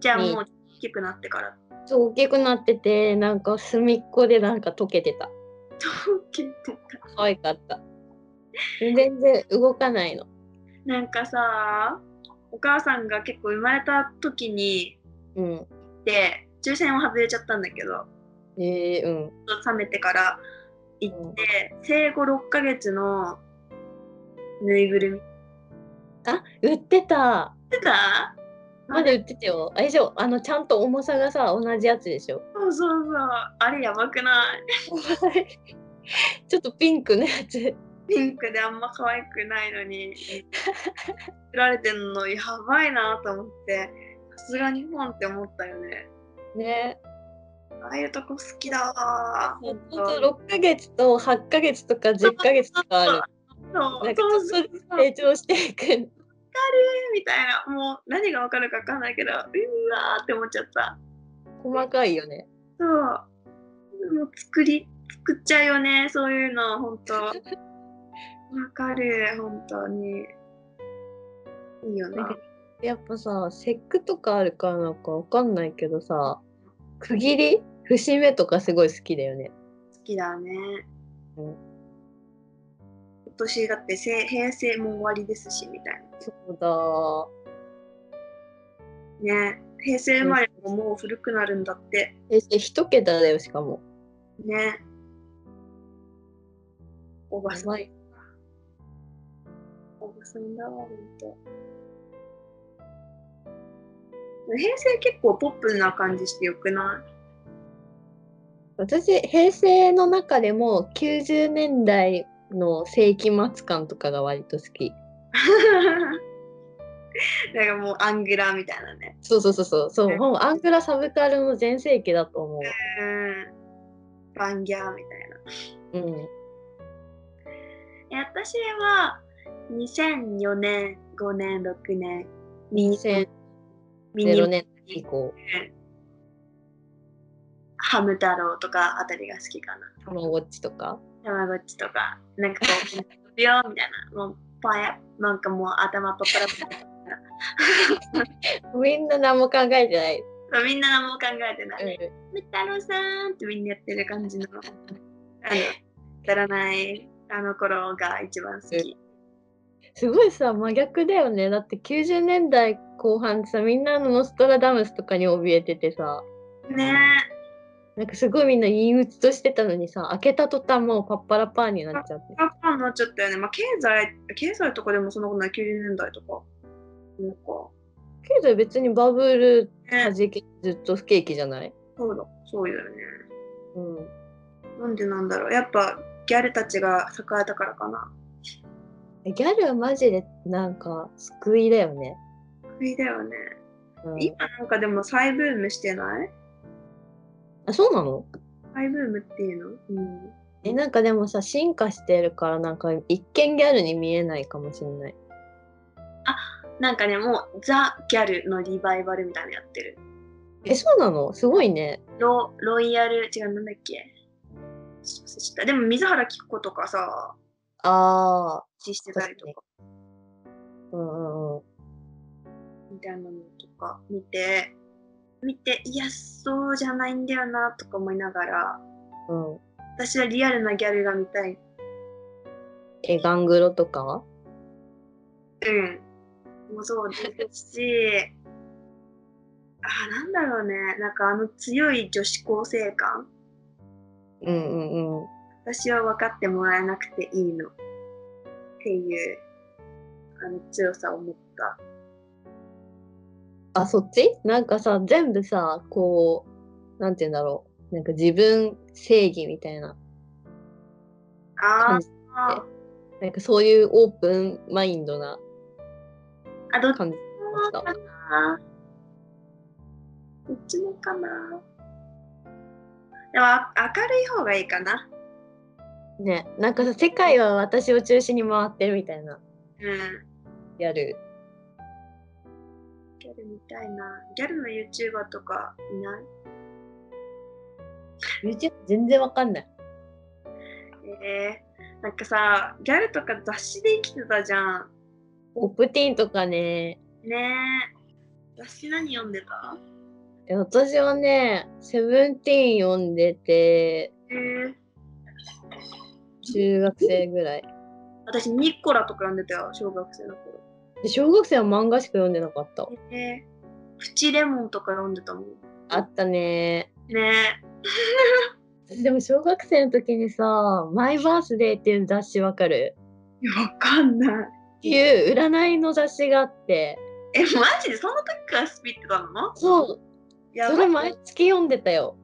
[SPEAKER 2] じゃあ
[SPEAKER 3] に
[SPEAKER 2] もう大きくなってから
[SPEAKER 3] ちょっと大きくなっててなんか隅っこでなんか溶けてた
[SPEAKER 2] 大きくなった
[SPEAKER 3] 可愛かった全然動かないの
[SPEAKER 2] なんかさお母さんが結構生まれた時に
[SPEAKER 3] うん
[SPEAKER 2] で抽選を外れちゃったんだけど
[SPEAKER 3] えー、うん
[SPEAKER 2] 冷めてから行って、生後6ヶ月のぬいぐるみ売っ
[SPEAKER 3] あ売ってた
[SPEAKER 2] てた
[SPEAKER 3] まだ売ってたよあ以上あのちゃんと重さがさ同じやつでしょ
[SPEAKER 2] そうそうそうあれやばくない
[SPEAKER 3] ちょっとピンクのやつ
[SPEAKER 2] ピンクであんま可愛くないのに売られてんのやばいなと思ってさすが日本って思ったよね
[SPEAKER 3] ね
[SPEAKER 2] ああいうとこ好きだわ
[SPEAKER 3] ほんと
[SPEAKER 2] そう
[SPEAKER 3] 6ヶ月と8ヶ月とか10ヶ月とかある
[SPEAKER 2] そう
[SPEAKER 3] なんか
[SPEAKER 2] そう
[SPEAKER 3] ち
[SPEAKER 2] そ
[SPEAKER 3] ょ
[SPEAKER 2] う
[SPEAKER 3] っとずつ成長していく
[SPEAKER 2] みたいなもう何がわかるかわかんないけどうわーって思っちゃった
[SPEAKER 3] 細かいよね
[SPEAKER 2] そう。もう作り、作っちゃうよね、そういうの、本 当わかる、本当に。いいよね
[SPEAKER 3] なん。かやっぱさ節句とかあるからなんかわかんないけどさ区切り節目とかすごい好きだよね
[SPEAKER 2] 好きだね。
[SPEAKER 3] うん
[SPEAKER 2] 今年だってせ平成も終わりですし、みたい
[SPEAKER 3] そうだ
[SPEAKER 2] な。ね。平成生まれももう古くなるんだって
[SPEAKER 3] 平成一桁だよ、しかも。
[SPEAKER 2] ねおばさん
[SPEAKER 3] い。
[SPEAKER 2] おばさんだわほんと平成結構ポップな感じしてよくな
[SPEAKER 3] 私、平成の中でも90年代の世紀末感とかが割と好き。
[SPEAKER 2] い なんかもうアングラみたいなね
[SPEAKER 3] そうそうそうそう。そうもうアングラサブカルの全盛期だと思
[SPEAKER 2] うんバンギャーみたいな
[SPEAKER 3] う。うん。
[SPEAKER 2] え私は2004年5年6年
[SPEAKER 3] 2000
[SPEAKER 2] ミニ
[SPEAKER 3] 0年以降、
[SPEAKER 2] ハム太郎とかあたりが好きかな
[SPEAKER 3] たまごっちとか。
[SPEAKER 2] たまごっちとかなんかこう 飛ぶよみたいなもうパヤなんかもう頭パパラパ
[SPEAKER 3] みんな何も考えてない。
[SPEAKER 2] ラ そうみんな何も考えてない「
[SPEAKER 3] うん
[SPEAKER 2] ハム太郎さん」ってみんなやってる感じのあのくだらないあの頃が一番好き
[SPEAKER 3] すごいさ真逆だよねだって90年代後半さみんなあのノストラダムスとかに怯えててさ
[SPEAKER 2] ね
[SPEAKER 3] なんかすごいみんな陰鬱としてたのにさ開けた途端もうパッパラパーになっちゃって
[SPEAKER 2] えパパになっちゃったよねまあ経済経済とかでもそんなことない90年代とかそうか
[SPEAKER 3] けど別にバブル
[SPEAKER 2] ね
[SPEAKER 3] はじけずっと不景気じゃない、
[SPEAKER 2] そうだ、そうよね。
[SPEAKER 3] うん、
[SPEAKER 2] なんでなんだろう。やっぱギャルたちが栄えたからかな。
[SPEAKER 3] ギャルはマジでなんか救いだよね、
[SPEAKER 2] 不意だよね。
[SPEAKER 3] うん
[SPEAKER 2] 今、なんかでも再ブームしてない
[SPEAKER 3] あそうなの
[SPEAKER 2] 再ブームっていうのうん。
[SPEAKER 3] えなんかでもさ進化してるからなんか一見ギャルに見えないかもしれない
[SPEAKER 2] なんかね、もうザ・ギャルのリバイバルみたいなのやってる。
[SPEAKER 3] えそうなのすごいね
[SPEAKER 2] ロロイヤル、違う、なんだっけ。ちょっと忘れちゃったでも水原希子とかさ、
[SPEAKER 3] ああ
[SPEAKER 2] 実してたりとか、
[SPEAKER 3] うんうんうん
[SPEAKER 2] みたいなのとか見て、見て、いや、そうじゃないんだよな、とか思いながら、
[SPEAKER 3] うん
[SPEAKER 2] 私はリアルなギャルが見たい。
[SPEAKER 3] え、ガングロとかは
[SPEAKER 2] うん。もうそうですし、あ、なんだろうね。なんかあの強い女子高生感。
[SPEAKER 3] うんうんうん。
[SPEAKER 2] 私は分かってもらえなくていいの。っていう、あの強さを持った。
[SPEAKER 3] あ、そっちなんかさ、全部さ、こう、なんて言うんだろう。なんか自分正義みたいな。
[SPEAKER 2] あ
[SPEAKER 3] 感じ
[SPEAKER 2] あ、
[SPEAKER 3] なんかそういうオープンマインドな
[SPEAKER 2] あ、どっち
[SPEAKER 3] 感じ
[SPEAKER 2] もかな。どっちもかな。でもあ明るい方がいいかな。
[SPEAKER 3] ね、なんかさ、世界は私を中心に回ってるみたいな。
[SPEAKER 2] うん。
[SPEAKER 3] やる。
[SPEAKER 2] ギャルみたいな。ギャルの YouTuber とかいない
[SPEAKER 3] YouTube 全然わかんない。
[SPEAKER 2] えー、なんかさギャルとか雑誌で生きてたじゃん
[SPEAKER 3] オプティーンとかね。
[SPEAKER 2] ねえ雑誌何読んでた
[SPEAKER 3] え私はね、セブンティーン読んでて、
[SPEAKER 2] えー、
[SPEAKER 3] 中学生ぐらい。
[SPEAKER 2] 私ニッコラとか読んでたよ小学生の頃
[SPEAKER 3] で小学生は漫画しか読んでなかった。
[SPEAKER 2] えー、プチレモンとか読んでたもん
[SPEAKER 3] あったね
[SPEAKER 2] ね
[SPEAKER 3] でも小学生の時にさ「マイバースデー」っていう雑誌わかる
[SPEAKER 2] えわかんない
[SPEAKER 3] っていう占いの雑誌があって
[SPEAKER 2] えマジでその時からスピってたの
[SPEAKER 3] そう
[SPEAKER 2] やば
[SPEAKER 3] それ毎月読んでたよ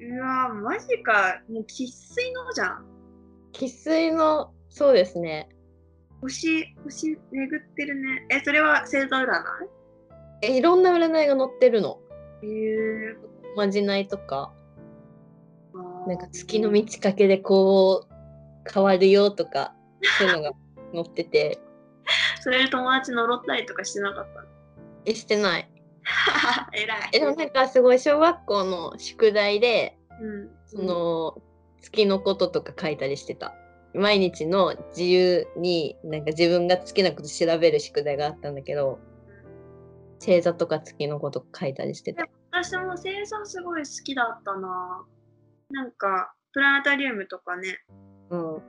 [SPEAKER 2] うわマジかもう生粋のじゃん
[SPEAKER 3] 生粋のそうですね
[SPEAKER 2] 星星巡ってるねえそれは星座占
[SPEAKER 3] えいろんな占いが載ってるの
[SPEAKER 2] いえー
[SPEAKER 3] おまじないとか
[SPEAKER 2] あー
[SPEAKER 3] なんか月の満ち欠けでこう変わるよとかそういうのが載ってて
[SPEAKER 2] それで友達呪ったりとかしてなかった
[SPEAKER 3] えしてない
[SPEAKER 2] えらい。
[SPEAKER 3] えでもなんかすごい小学校の宿題で
[SPEAKER 2] うん、
[SPEAKER 3] その月のこととか書いたりしてた。毎日の自由になんか自分が好きなこと調べる宿題があったんだけど星座とか月のこと書いたりしてた。
[SPEAKER 2] 私も星座すごい好きだったな。なんか、プラネタリウムとかね、
[SPEAKER 3] うん、
[SPEAKER 2] 行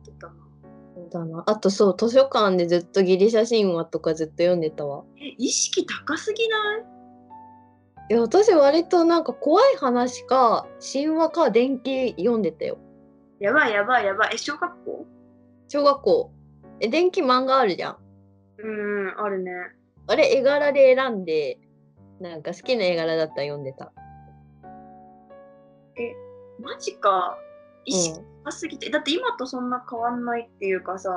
[SPEAKER 2] ってたな。
[SPEAKER 3] そうだなあとそう図書館でずっとギリシャ神話とかずっと読んでたわ。
[SPEAKER 2] え、意識高すぎない
[SPEAKER 3] いや私割となんか怖い話か神話か電気読んでたよ
[SPEAKER 2] やばいやばいやばい。え、小学校
[SPEAKER 3] 小学校え電気漫画あるじゃん
[SPEAKER 2] うん、あるね。
[SPEAKER 3] あれ絵柄で選んでなんか好きな絵柄だったら読んでた、
[SPEAKER 2] マジか。意識
[SPEAKER 3] う
[SPEAKER 2] 高すぎて、だって今とそんな変わんないっていうかさ。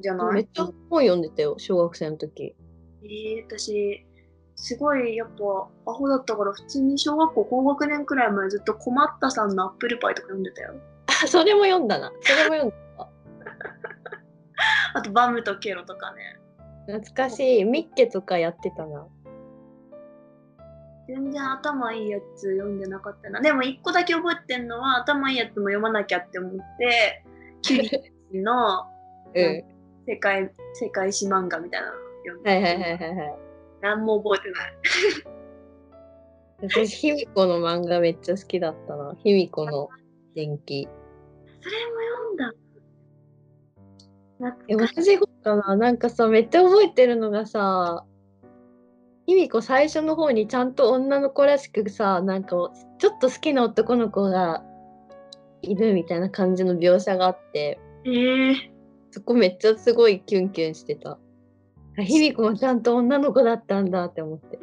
[SPEAKER 2] じゃ
[SPEAKER 3] ん、
[SPEAKER 2] な
[SPEAKER 3] めっ
[SPEAKER 2] い
[SPEAKER 3] ちゃ本読んでたよ小学生の時
[SPEAKER 2] えー、私、すごいやっぱアホだったから、普通に小学校高学年くらいまでずっと困ったさんのアップルパイとか読んでたよ。
[SPEAKER 3] あそれも読んだなそれも読んだ
[SPEAKER 2] あとバムとケロとかね。
[SPEAKER 3] 懐かしいミッケとかやってたな
[SPEAKER 2] 全然頭いいやつ読んでなかったな。でも一個だけ覚えてんのは、頭いいやつも読まなきゃって思って、キュリッチの
[SPEAKER 3] うん
[SPEAKER 2] 世界、世界史漫画みたいなの読んで。
[SPEAKER 3] はいはいはいはいはい
[SPEAKER 2] 何も覚えてない。
[SPEAKER 3] 私卑弥呼の漫画めっちゃ好きだったな卑弥呼の電気
[SPEAKER 2] それも読んだ。
[SPEAKER 3] え、
[SPEAKER 2] 懐
[SPEAKER 3] 同
[SPEAKER 2] かしい
[SPEAKER 3] じ方かななんかさ、めっちゃ覚えてるのがさ、卑弥呼最初の方にちゃんと女の子らしくさ、なんかちょっと好きな男の子がいるみたいな感じの描写があって、
[SPEAKER 2] えー、
[SPEAKER 3] そこめっちゃすごいキュンキュンしてた。あ卑弥呼もちゃんと女の子だったんだって思って。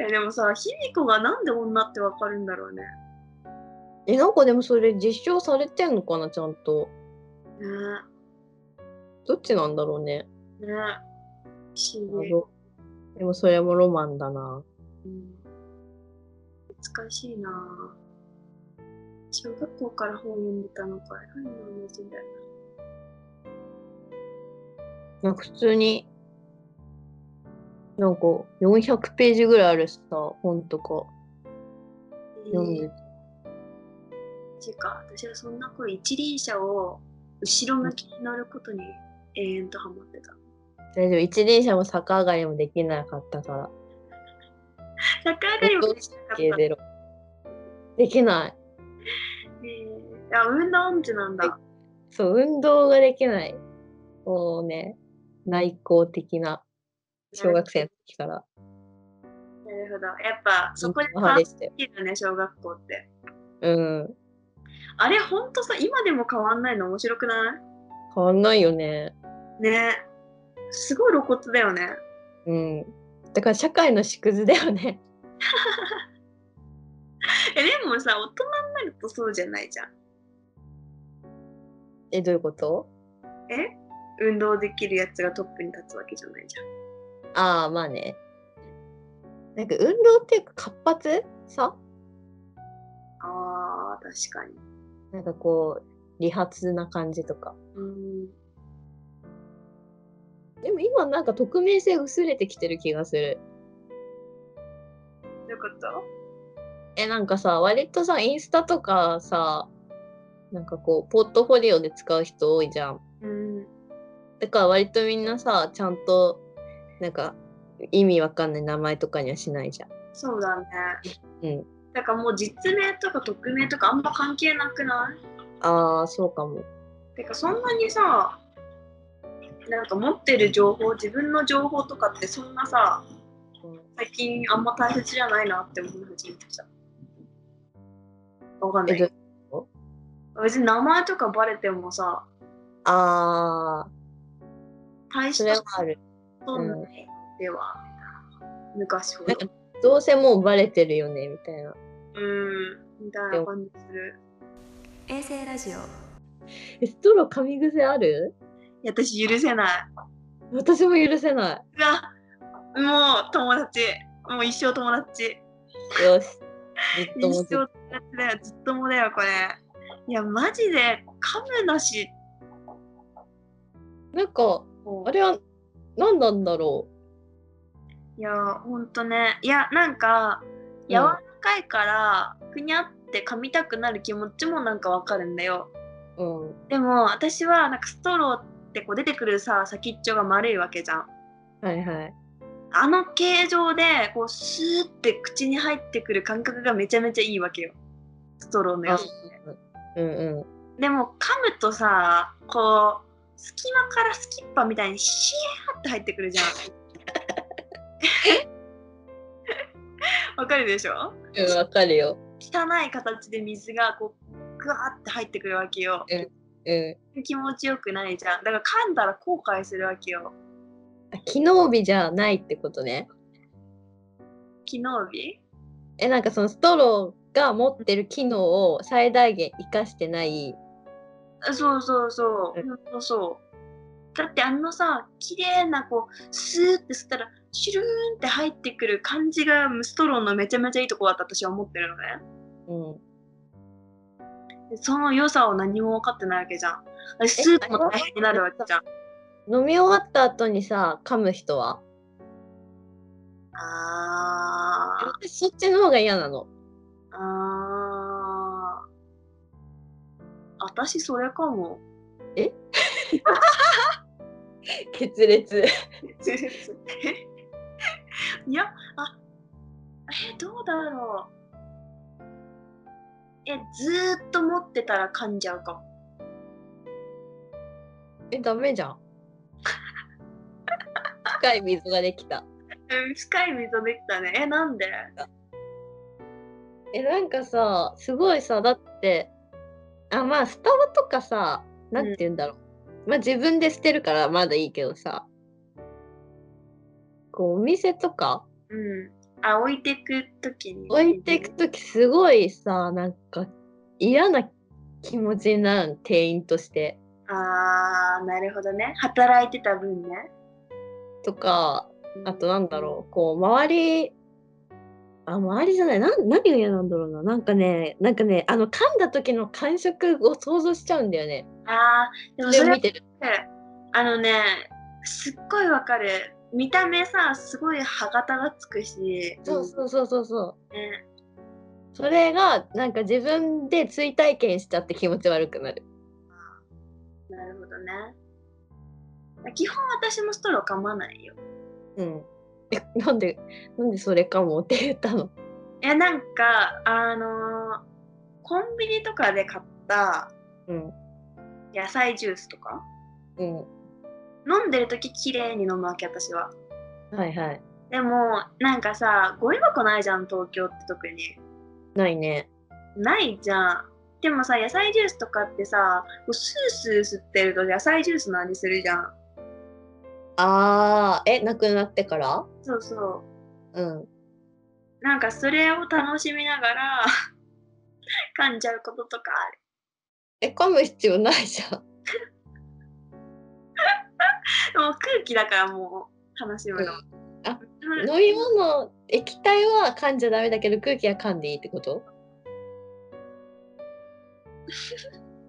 [SPEAKER 2] えでもさ、卑弥呼がなんで女ってわかるんだろうね。
[SPEAKER 3] え、なんかでもそれ実証されてんのかなちゃんと。
[SPEAKER 2] ね
[SPEAKER 3] どっちなんだろうね。
[SPEAKER 2] ね不思議、
[SPEAKER 3] 謎でもそれもロマンだな。
[SPEAKER 2] うん、難しいなぁ小学校から本読んでたのか偉いな同じで
[SPEAKER 3] なんか普通に、なんか400ページぐらいあるさ、本とか読ん
[SPEAKER 2] え
[SPEAKER 3] で。
[SPEAKER 2] ーてか私はそんな頃一輪車を後ろ向きに乗ることに永遠とハマってた
[SPEAKER 3] 大丈夫、一輪車も逆上がりもできなかったから。
[SPEAKER 2] 逆上がりもできなかった
[SPEAKER 3] ゲゼロ。できない。
[SPEAKER 2] えーあ運動音痴なんだ、
[SPEAKER 3] そう、運動ができない。こうね、内向的な小学生の時から。
[SPEAKER 2] なるほどやっぱそこで
[SPEAKER 3] 運動派
[SPEAKER 2] 好
[SPEAKER 3] でしたよ。
[SPEAKER 2] きだね小学校って
[SPEAKER 3] うん。
[SPEAKER 2] あれほんとさ今でも変わんないの面白くない
[SPEAKER 3] 変わんないよね。
[SPEAKER 2] ねすごい露骨だよね
[SPEAKER 3] うん。だから社会の縮図だよね。
[SPEAKER 2] えでもさ大人になるとそうじゃないじゃん
[SPEAKER 3] え、どういうこと
[SPEAKER 2] 運動できるやつがトップに立つわけじゃないじゃん
[SPEAKER 3] ああ、まあね。なんか運動っていうか活発さ
[SPEAKER 2] あー確かに
[SPEAKER 3] なんかこう、理髪な感じとか。
[SPEAKER 2] うん
[SPEAKER 3] でも今なんか匿名性薄れてきてる気がする。
[SPEAKER 2] よかった
[SPEAKER 3] え、なんかさ、割とさ、インスタとかさ、なんかこう、ポートフォリオで使う人多いじゃん。
[SPEAKER 2] うん
[SPEAKER 3] だから割とみんなさ、ちゃんと、なんか、意味わかんない名前とかにはしないじゃん。
[SPEAKER 2] そうだね
[SPEAKER 3] うん
[SPEAKER 2] だからもう実名とか匿名とかあんま関係なくな
[SPEAKER 3] ああ、そうかも。
[SPEAKER 2] いてかそんなにさなんか持ってる情報自分の情報とかってそんなさ
[SPEAKER 3] うん
[SPEAKER 2] 最近あんま大切じゃないなって思い始めてきたわかんな
[SPEAKER 3] え
[SPEAKER 2] い
[SPEAKER 3] ど
[SPEAKER 2] 別に名前とかバレてもさ
[SPEAKER 3] ああ、
[SPEAKER 2] 大し
[SPEAKER 3] それ
[SPEAKER 2] た
[SPEAKER 3] はある。
[SPEAKER 2] そうなんでは、昔ほ
[SPEAKER 3] な
[SPEAKER 2] ど
[SPEAKER 3] ん。かどうせもうバレてるよねみたいな。
[SPEAKER 2] うん、みたいな感じする。
[SPEAKER 1] 衛星ラジオ
[SPEAKER 3] えストロー噛み癖ある
[SPEAKER 2] いや私許せない。
[SPEAKER 3] 私も許せな
[SPEAKER 2] うわ、もう友達。もう一生友達。
[SPEAKER 3] い。よし。ずっと
[SPEAKER 2] 一
[SPEAKER 3] 思
[SPEAKER 2] 生友
[SPEAKER 3] って
[SPEAKER 2] 達だよ。ずっともだよ、これ。いや、マジで、噛むなし。
[SPEAKER 3] なんか、あ
[SPEAKER 2] あ
[SPEAKER 3] れは何なんだろ
[SPEAKER 2] いや、ほんとね。いや、なんか、
[SPEAKER 3] ん
[SPEAKER 2] 柔らかいから、くにゃって噛みたくなる気持ちもなんかわかるんだよ。
[SPEAKER 3] う。うん。
[SPEAKER 2] でも、私は、なんかストローってこう出てくるさ、先っちょが丸いわけじゃん。
[SPEAKER 3] はいはい。
[SPEAKER 2] あの形状でこうスーって口に入ってくる感覚がめちゃめちゃいいわけよストローのやつって
[SPEAKER 3] うんうん。
[SPEAKER 2] でも噛むとさこう隙間からスキッパみたいにシーって入ってくるじゃん わかるでしょ
[SPEAKER 3] うん、わかるよ。
[SPEAKER 2] 汚い形で水がこうグワーって入ってくるわけよ
[SPEAKER 3] うん。
[SPEAKER 2] 気持ちよくないじゃんだから噛んだら後悔するわけよ
[SPEAKER 3] あ機能美じゃないってことね。
[SPEAKER 2] 機能美
[SPEAKER 3] え、なんかそのストローが持ってる機能を最大限活かしてない。
[SPEAKER 2] あそうそうそう
[SPEAKER 3] う
[SPEAKER 2] ほんとそうだってあのさ綺麗なこうスーって吸ったらシュルーンって入ってくる感じがストローのめちゃめちゃいいとこだった私は思ってるのね
[SPEAKER 3] うん。
[SPEAKER 2] でその良さを何も分かってないわけじゃん私スープも大変になるわけじゃん
[SPEAKER 3] 飲み終わった後にさ、噛む人は
[SPEAKER 2] あー
[SPEAKER 3] 私そっちの方が嫌なの。
[SPEAKER 2] あー私それかも
[SPEAKER 3] 決裂。
[SPEAKER 2] いやあえどうだろうえずーっと持ってたら噛んじゃうかも
[SPEAKER 3] え、ダメじゃん。深い水ができた。
[SPEAKER 2] うん深い溝できたねえなんで
[SPEAKER 3] え、なんかさ、すごいさ、だって、あ、まあ、スタバとかさ、なんて言うんだろう。まあ、自分で捨てるからまだいいけどさ、こう、お店とか
[SPEAKER 2] うんあ置いてくときに
[SPEAKER 3] 置いていくとき、すごいさ、なんか、嫌な気持ちになるの店員として。
[SPEAKER 2] あーなるほどね働いてた分ね
[SPEAKER 3] とか、あとなんだろう、こう、周り、あ、周りじゃない、なん何が嫌なんだろうな。なんかね、なんかね、あの、噛んだ時の感触を想像しちゃうんだよね。
[SPEAKER 2] あーでも
[SPEAKER 3] そ
[SPEAKER 2] そ
[SPEAKER 3] れを
[SPEAKER 2] れ
[SPEAKER 3] 見てる。
[SPEAKER 2] あのねすっごいわかる見た目さすごい歯型がつくし
[SPEAKER 3] そうそうそうそうそう。
[SPEAKER 2] ね
[SPEAKER 3] それが、なんか自分で追体験しちゃって気持ち悪くなる。
[SPEAKER 2] なるほどね基本私もストロー噛まないよ
[SPEAKER 3] うん。えなん で、なんでそれかもって言ったの。
[SPEAKER 2] えなんかあのーコンビニとかで買った
[SPEAKER 3] うん。
[SPEAKER 2] 野菜ジュースとか
[SPEAKER 3] うん。
[SPEAKER 2] 飲んでる時綺麗に飲むわけ私は
[SPEAKER 3] はいはい。
[SPEAKER 2] でもなんかさゴミ箱ないじゃん東京って特に
[SPEAKER 3] ないね。
[SPEAKER 2] ないじゃんでもさ野菜ジュースとかってさこうスースー吸ってると野菜ジュースの味するじゃん
[SPEAKER 3] あー、え、なくなってから
[SPEAKER 2] そうそう
[SPEAKER 3] うん。
[SPEAKER 2] なんかそれを楽しみながら 噛んじゃうこととかある
[SPEAKER 3] え、噛む必要ないじゃ ん。
[SPEAKER 2] でも空気だからもう楽しむの、
[SPEAKER 3] うんあ
[SPEAKER 2] うん、
[SPEAKER 3] 飲み物液体は噛んじゃダメだけど空気は噛んでいいってこと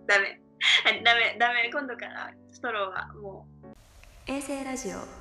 [SPEAKER 2] ダメダメダメ今度からストローはもう
[SPEAKER 1] 衛星ラジオ